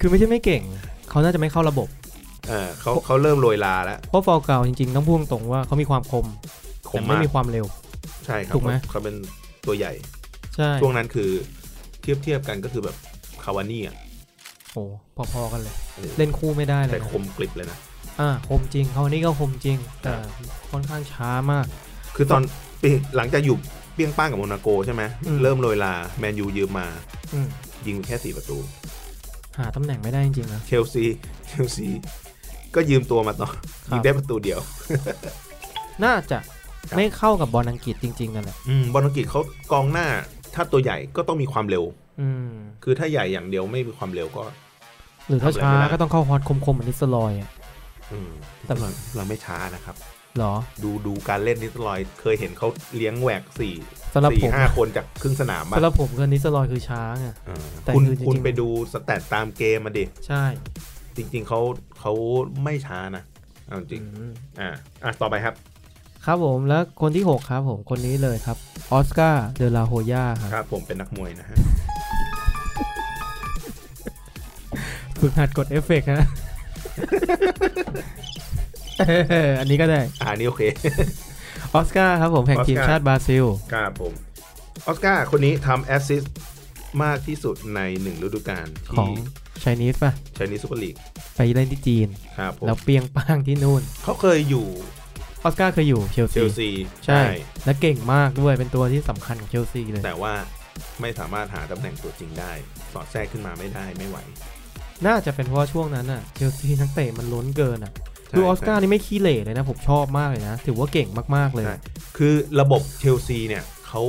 [SPEAKER 3] คือไม่ใช่ไม่เก่ง เขาน่าจะไม่เข้าระบบ
[SPEAKER 2] เออเขาเขาเริ่มโรยลาแล้ว
[SPEAKER 3] เพราะฟอลเก่าจริงๆ ต้องพูดตรงๆว่าเขามีความคม
[SPEAKER 2] ค
[SPEAKER 3] แต่
[SPEAKER 2] ม
[SPEAKER 3] ไม่
[SPEAKER 2] มาก
[SPEAKER 3] มีความเร็ว
[SPEAKER 2] ใช่ครับ
[SPEAKER 3] ถูกไหม
[SPEAKER 2] เขาเป็นตัวใหญ่
[SPEAKER 3] ใช่
[SPEAKER 2] ช่วงนั้นคือเทียบเทียบกันก็คือแบบคาวานี่อ่ะ
[SPEAKER 3] โอ้พอๆกันเลย
[SPEAKER 2] เออ
[SPEAKER 3] เล่นคู่ไม่ได้เล
[SPEAKER 2] แต่
[SPEAKER 3] ยนะ
[SPEAKER 2] คมกริบเลยนะ
[SPEAKER 3] อ่าคมจริง เขาวันนี้ก็คมจริง
[SPEAKER 2] ครั
[SPEAKER 3] แต่
[SPEAKER 2] บ
[SPEAKER 3] ค่อนข้างช้ามาก
[SPEAKER 2] คือตอน ปีหลังจากอยู่เปี้ยงป้างกับโมนาโกใช่ไหม
[SPEAKER 3] อืม
[SPEAKER 2] เริ่มโรยลา แมนยูยืมมา
[SPEAKER 3] อืม
[SPEAKER 2] ยิงไปแค่สี่ประตู
[SPEAKER 3] หาตำแหน่งไม่ได้จริงๆนะ
[SPEAKER 2] เชลซี เชลซี ก็ยืมตัวมาต่อ
[SPEAKER 3] ครับ
[SPEAKER 2] ยิงได้ประตูเดียว
[SPEAKER 3] น่าจะ
[SPEAKER 2] ครับ
[SPEAKER 3] ไม่เข้ากับบอลอังกฤษจริงๆนั่นแหละ
[SPEAKER 2] อืมบอลอังกฤษเขากองหน้า ถ้าตัวใหญ่ก็ต้องมีความเร็ว
[SPEAKER 3] อืม
[SPEAKER 2] คือถ้าใหญ่อย่างเดียวไม่มีความเร็วก็
[SPEAKER 3] หรือถ้า
[SPEAKER 2] ทำอะไร
[SPEAKER 3] ช้า
[SPEAKER 2] ไม่ได้
[SPEAKER 3] ก็ต้องเข้าฮอตคมๆเหมือนนิสลอยอ่ะ
[SPEAKER 2] อืม
[SPEAKER 3] แต่
[SPEAKER 2] เราเราไม่ช้านะครับ
[SPEAKER 3] เหรอ
[SPEAKER 2] ดูดูการเล่นนิสลอยด์เคยเห็นเขาเลี้ยงแหวกสี่
[SPEAKER 3] สำหรับผ
[SPEAKER 2] สี่
[SPEAKER 3] ม
[SPEAKER 2] ห้าคนจากครึ่งสนามมา
[SPEAKER 3] สำหรับผมคือนิสลอยคือช้าไง แต่
[SPEAKER 2] คุณ
[SPEAKER 3] คือจริงๆ
[SPEAKER 2] คุณไปดูสแตทตามเกมมาดิ
[SPEAKER 3] ใช่
[SPEAKER 2] จริง ๆเขาเขาไม่ช้านะ เอาจริง
[SPEAKER 3] อืม
[SPEAKER 2] อ่าอ่ะต่อไปครับ
[SPEAKER 3] ครับผมแล้วคนที่ 6 ครับผมคนนี้เลยครับออสการ์เดลาโฮยาค
[SPEAKER 2] ครับ รับผมเป็นนักมวยนะฮะ
[SPEAKER 3] ฝึกหัดกดเอฟเฟกต์ฮะ เอออันนี้ก็ได้
[SPEAKER 2] อ่านี่โอเค
[SPEAKER 3] ออสการ์ครับผมแห่งทีมชาติบราซิล
[SPEAKER 2] ครับผมออสการ์คนนี้ทำแอสซิสต์มากที่สุดในหนึ่งฤดูกาล
[SPEAKER 3] ขอ
[SPEAKER 2] ที่
[SPEAKER 3] งชนีสป่ะ
[SPEAKER 2] ชนีซูเปอร์ลีก
[SPEAKER 3] ไปเล่นที่จีน
[SPEAKER 2] ครับผม
[SPEAKER 3] แล้วเปรียงป้างที่นู่น
[SPEAKER 2] เขาเคยอยู่
[SPEAKER 3] ออสการ์เคยอยู่เชล
[SPEAKER 2] เช
[SPEAKER 3] ซี
[SPEAKER 2] ลซี
[SPEAKER 3] ใช่และเก่งมากด้วยเป็นตัวที่สำคัญของเชลซีเลย
[SPEAKER 2] แต่ว่าไม่สามารถหาตำแหน่งตัวจริงได้ สอดแทรกขึ้นมาไม่ได้ไม่ไหว
[SPEAKER 3] น่าจะเป็นเพราะว่าช่วงนั้นอ่ะเชลซีนักเตะมันล้นเกินอ่ะ
[SPEAKER 2] ใช่
[SPEAKER 3] คือออสการ์
[SPEAKER 2] ใช่
[SPEAKER 3] นี่ไม่ขี้เหร่เลยนะ ผมชอบมากเลยนะ ถือว่าเก่งมากๆเลย
[SPEAKER 2] ใช่คือระบบเชลซีเนี่ยเขา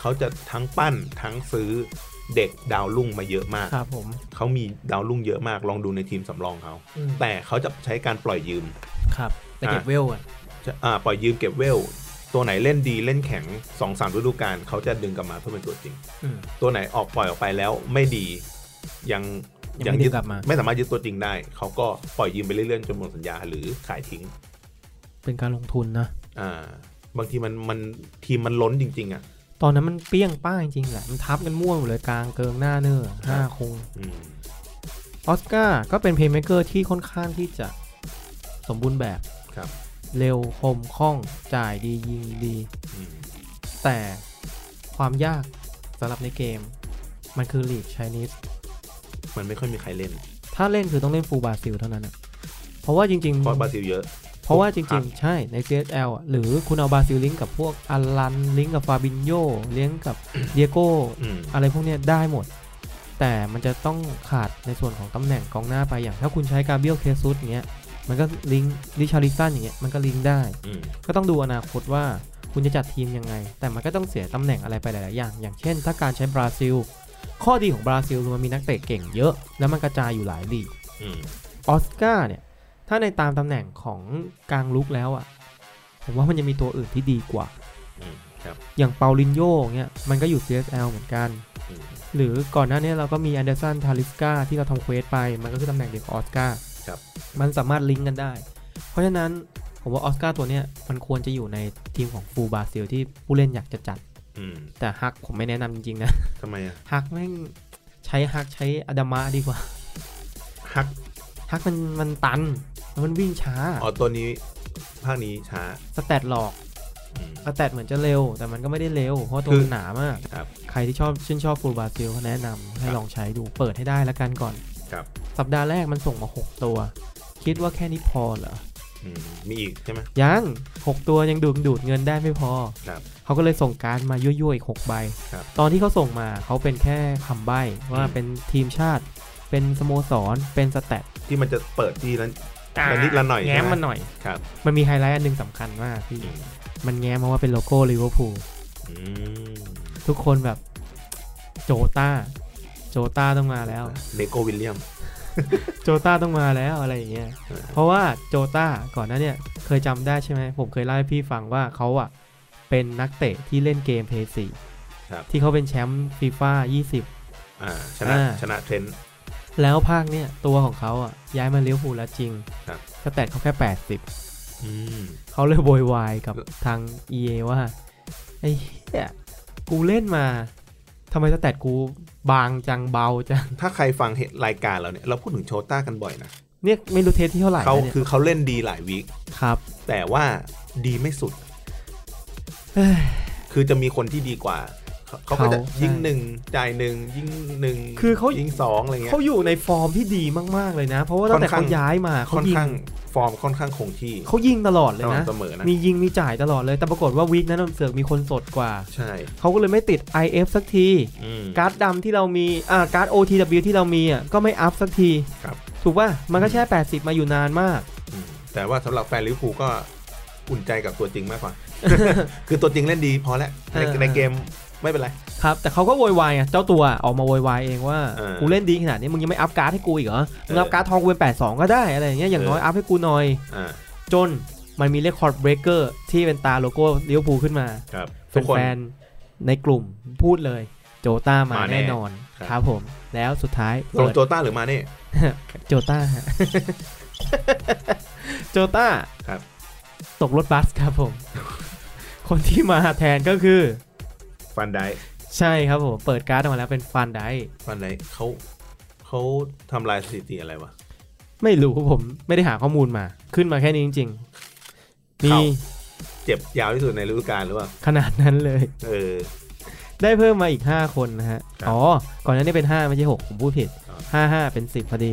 [SPEAKER 2] เขาจะทั้งปั้นทั้งซื้อเด็กดาวรุ่งมาเยอะมาก
[SPEAKER 3] ครับผม
[SPEAKER 2] เขามีดาวรุ่งเยอะมากลองดูในทีมสำรองเขา แต่เขาจะใช้การปล่อยยืม
[SPEAKER 3] ครับแต่เก็บ
[SPEAKER 2] อ่ะ
[SPEAKER 3] เวลอ่ะ
[SPEAKER 2] จะอ่าปล่อยยืมเก็บเวล ตัวไหนเล่นดีเล่นแข็ง2อสามฤดูกาลเขาจะดึงกลับมาเพื่อเป็นตัวจริง
[SPEAKER 3] อืม
[SPEAKER 2] ตัวไหนออกปล่อยออกไปแล้วไม่ดี ยัง
[SPEAKER 3] ยังไม่ดึง
[SPEAKER 2] ด
[SPEAKER 3] กลับมา
[SPEAKER 2] ไม่สามารถยึดตัวจริงได้ เขาก็ปล่อยยืมไปเรื่อยๆจนหมดสัญญาหรือขายทิ้ง
[SPEAKER 3] เป็นการลงทุนนะ
[SPEAKER 2] อ่าบางทีมันมันทีมมันล้นจริง ๆ อ่ะ
[SPEAKER 3] ตอนนั้นมันเปรี้ยงป้างจริงๆแหละมันทับกันมั่วหมดเลยกลางเกิงหน้าเนอร์ห้าคง
[SPEAKER 2] อืม
[SPEAKER 3] ออสการ์ก็เป็นเพลย์เมคเกอร์ที่ค่อนข้างที่จะสมบูรณ์แบบ
[SPEAKER 2] ครับ
[SPEAKER 3] เร็วคมคล่อง จ่ายดียิงดี
[SPEAKER 2] อืม
[SPEAKER 3] แต่ความยากสำหรับในเกม มันคือลีกชนีส
[SPEAKER 2] มันไม่ค่อยมีใครเล่น
[SPEAKER 3] ถ้าเล่นคือต้องเล่นฟูลบราซิลเท่านั้นอะเพราะว่าจริง
[SPEAKER 2] เพราะบรา
[SPEAKER 3] ๆ
[SPEAKER 2] ซิลเยอะ
[SPEAKER 3] เพราะว่าจ
[SPEAKER 2] ครั
[SPEAKER 3] ริง
[SPEAKER 2] บ
[SPEAKER 3] ๆ ใช่ใน CSL อะหรือคุณเอาบราซิลลิงก์กับพวกอลันลิงก์กับฟาบินโยลิงก์กับเดียโก
[SPEAKER 2] อืม
[SPEAKER 3] อะไรพวกเนี้ยได้หมด แต่มันจะต้องขาดในส่วนของตำแหน่งกองหน้าไปอย่าง ถ้าคุณใช้กาเบรียลเคซุสอย่างเงี้ยมันก็ลิงก์ริชาริสันอย่างเงี้ยมันก็ลิงก์ได้
[SPEAKER 2] อืม
[SPEAKER 3] ก็ต้องดูอนาคตว่าคุณจะจัดทีมยังไง แต่มันก็ต้องเสียตำแหน่งอะไรไปหลาย ๆ อย่าง อย่างเช่น ถ้าการใช้บราซิล ข้อดีของบราซิลคือมันมีนักเตะเก่งเยอะ แล้วมันกระจายอยู่หลายลีก
[SPEAKER 2] อืม
[SPEAKER 3] ออสการ์เนี่ย ถ้าในตามตำแหน่งของกลางลุกแล้วอะ่ะผมว่ามันยังมีตัวอื่นที่ดีกว่า
[SPEAKER 2] อืมครับ
[SPEAKER 3] อย่างเปาลินโยอย่างเงี้ยมันก็อยู่ CSL เหมือนกัน
[SPEAKER 2] อืม
[SPEAKER 3] หรือก่อนหน้านี้เราก็มีแอนเดอร์สันทาริสกาที่เราทำเควสไป มันก็คือตำแหน่งเดียวกับออสการ์
[SPEAKER 2] ครับ
[SPEAKER 3] มันสามารถลิงก์กันได้ เพราะฉะนั้นผมว่าออสการ์ตัวเนี้ยมันควรจะอยู่ในทีมของฟูลบราซิลที่ผู้เล่นอยากจะจัด
[SPEAKER 2] อืม
[SPEAKER 3] แต่ฮักผมไม่แนะนำจริง ๆ นะ
[SPEAKER 2] ทำไมอ่ะ
[SPEAKER 3] ฮักแม่งใช้ฮักใช้อดามะดีกว่า
[SPEAKER 2] ฮัก
[SPEAKER 3] ฮักมันมันตันแล้วมันวิ่งช้า
[SPEAKER 2] อ๋อตัวนี้ภาคนี้ช้า
[SPEAKER 3] สแตทหลอก
[SPEAKER 2] อืม
[SPEAKER 3] สแตทเหมือนจะเร็ว แต่มันก็ไม่ได้เร็ว เพราะตัว
[SPEAKER 2] คือ
[SPEAKER 3] มันหนามาก
[SPEAKER 2] ครับ
[SPEAKER 3] ใครที่ชอบชื่นชอบฟูลบราซิลก็แนะนำให้
[SPEAKER 2] ครับ
[SPEAKER 3] ลองใช้ดูเปิดให้ได้แล้วกันก่อน
[SPEAKER 2] ครับ
[SPEAKER 3] สัปดาห์แรกมันส่งมา 6 ตัว คิดว่าแค่นี้พอเหรอ
[SPEAKER 2] อืมมีอีกใช่ไหม
[SPEAKER 3] ยัง 6 ตัวยังดูดดูดเงินได้ไม่พอ
[SPEAKER 2] ครับ
[SPEAKER 3] เขาก็เลยส่งการดมายั่วๆอีก 6 ใบ
[SPEAKER 2] ครับ
[SPEAKER 3] ตอนที่เขาส่งมาเขาเป็นแค่คำใบ้ว่า
[SPEAKER 2] อืม
[SPEAKER 3] เป็นทีมชาติ เป็นสโมสร เป็นสแตท
[SPEAKER 2] ที่มันจะเปิดที่นั้น ละนิดละหน่อย
[SPEAKER 3] แง้ม
[SPEAKER 2] ใช่ไหม
[SPEAKER 3] มันหน่อย
[SPEAKER 2] ครับ
[SPEAKER 3] มันมีไฮไลท์อันหนึงสำคัญมากพี่
[SPEAKER 2] อืม
[SPEAKER 3] มันแง้มมาว่าเป็นโลโก้ลิเวอร์พูล
[SPEAKER 2] อืม
[SPEAKER 3] ทุกคนแบบโจต้า โจต้าต้องมา แล้ว
[SPEAKER 2] เลโกวิลเลียม
[SPEAKER 3] โจต้าต้องมาแล้วอะไรอย่างเงี้ย เพราะว่าโจต้าก่อนหน้าเนี่ยเคยจำได้ใช่ไหมผมเคยเล่าให้พี่ฟังว่าเขาอ่ะเป็นนักเตะที่เล่นเกมเพย์สีที่เขาเป็นแชมป์ฟีฟ่า
[SPEAKER 2] อ่าชนะ
[SPEAKER 3] อ่า
[SPEAKER 2] ชนะเทรนด์
[SPEAKER 3] 20 แล้วภาคเนี่ยตัวของเขาอ่ะย้ายมาเลี้ยวภูลแล้วจริง
[SPEAKER 2] ครับ
[SPEAKER 3] สแตทเขาแค่
[SPEAKER 2] อืม
[SPEAKER 3] 80 เขาเลยโวยวายกับ
[SPEAKER 2] เออ
[SPEAKER 3] ทาง EA ว่าไอ้เหี้ยกูเล่นมาทำไมสแตทกูบางจังเบาจัง
[SPEAKER 2] ถ้าใครฟังเหตุรายการเราเนี่ย เราพูดถึงโชต้ากันบ่อยนะ
[SPEAKER 3] เนี่ยไม่รู้เทสที่เท่าไหร่
[SPEAKER 2] เขา
[SPEAKER 3] แล้วเนี่ย
[SPEAKER 2] คือเขาเล่นดีหลายวีค
[SPEAKER 3] ครับ
[SPEAKER 2] แต่ว่าดีไม่สุด
[SPEAKER 3] เอ้ย
[SPEAKER 2] คือจะมีคนที่ดีกว่า เขาเขาก็จะ
[SPEAKER 3] เขายิ
[SPEAKER 2] ยิงหนึ่งจ่ายหนึ่งยิงหนึ่ง
[SPEAKER 3] คือเขายิ
[SPEAKER 2] ยิงสองอะไรเงี้ย
[SPEAKER 3] เขาอยู่ในฟอร์มที่ดีมากๆเลยนะ เพราะว่าตั้งแต่
[SPEAKER 2] ค่อน
[SPEAKER 3] เขา
[SPEAKER 2] ข้าง
[SPEAKER 3] ย้ายมาเขา
[SPEAKER 2] ค่อน
[SPEAKER 3] ยิง
[SPEAKER 2] ข้างฟอร์มค่อนข้างคงที่
[SPEAKER 3] เขายิงตลอดเล
[SPEAKER 2] ส
[SPEAKER 3] ยนะ
[SPEAKER 2] ม่ำเสมอนะ
[SPEAKER 3] มียิงมีจ่ายตลอดเลย แต่ปรากฏว่าวีคนั้นมันเสือกมีคนสดกว่า
[SPEAKER 2] ใช่
[SPEAKER 3] เขาก็เลยไม่ติด IF สักที
[SPEAKER 2] อืม
[SPEAKER 3] การ์ดดำที่เรามี อ่า การ์ด OTW ที่เรามีอ่ะ ก็ไม่อัพสักที
[SPEAKER 2] ครับ
[SPEAKER 3] ถูกป่ะ มันก็แค่ 80 มาอยู่นานมาก
[SPEAKER 2] อืมแต่ว่าสำหรับแฟนลิเวอร์พูลก็อุ่นใจกับตัวจริงมากก ว่า คือตัวจริงเล่นดีพอแล้วใน
[SPEAKER 3] เออ
[SPEAKER 2] ในเกมไม่เป็นไร
[SPEAKER 3] ครับ แต่เขาก็โวยวายอ่ะ เจ้าตัวออกมาโวยวายเองว่า
[SPEAKER 2] เออ
[SPEAKER 3] กูเล่นดีขนาดนี้ มึงยังไม่อัพการ์ดให้กูอีกเหรอ มึงอัพการ์ดทองกูเป็น82 ก็ได้ อะไรอย่างเงี้ย อย่าง
[SPEAKER 2] เออ
[SPEAKER 3] น้อยอัพให้กูหน่อย
[SPEAKER 2] อ่า
[SPEAKER 3] จนมันมีเรคคอร์ดเบรกเกอร์ที่เป็นตาโลโก้ลิเวอร์พูลขึ้นมา
[SPEAKER 2] ครับทุกคน
[SPEAKER 3] แฟนๆในกลุ่มพูดเลย โจต้ามา
[SPEAKER 2] มาแน่
[SPEAKER 3] แน่นอน
[SPEAKER 2] ครับ
[SPEAKER 3] ครับผม แล้วสุดท้าย
[SPEAKER 2] ตกล
[SPEAKER 3] เปิ
[SPEAKER 2] ง
[SPEAKER 3] ด
[SPEAKER 2] โจต้าหรือมาเน่
[SPEAKER 3] โจต้าฮะ โจต้า
[SPEAKER 2] ครับ
[SPEAKER 3] ตกรถบัสครับผม คนที่มาแทนก็คือ
[SPEAKER 2] ฟันไดค์
[SPEAKER 3] ใช่ครับผมเปิดการ์ดออกมาแล้วเป็นฟันได
[SPEAKER 2] ฟันไดค์เขาเขาทำลายสถิติอะไรวะ
[SPEAKER 3] ไม่รู้ผมไม่ได้หาข้อมูลมา ขึ้นมาแค่นี้จริงๆมี
[SPEAKER 2] เข้า เจ็บยาวที่สุดในฤดูกาลหรือเปล่า
[SPEAKER 3] ขนาดนั้นเลย
[SPEAKER 2] เออ
[SPEAKER 3] ได้เพิ่มมาอีก 5 คนนะฮะ
[SPEAKER 2] ครับ
[SPEAKER 3] อ๋อ ก่อนหน้านี้เป็น 5 ไม่ใช่ 6 ผมพูดผิด
[SPEAKER 2] ครับ
[SPEAKER 3] 5 5 เป็น 10พอดี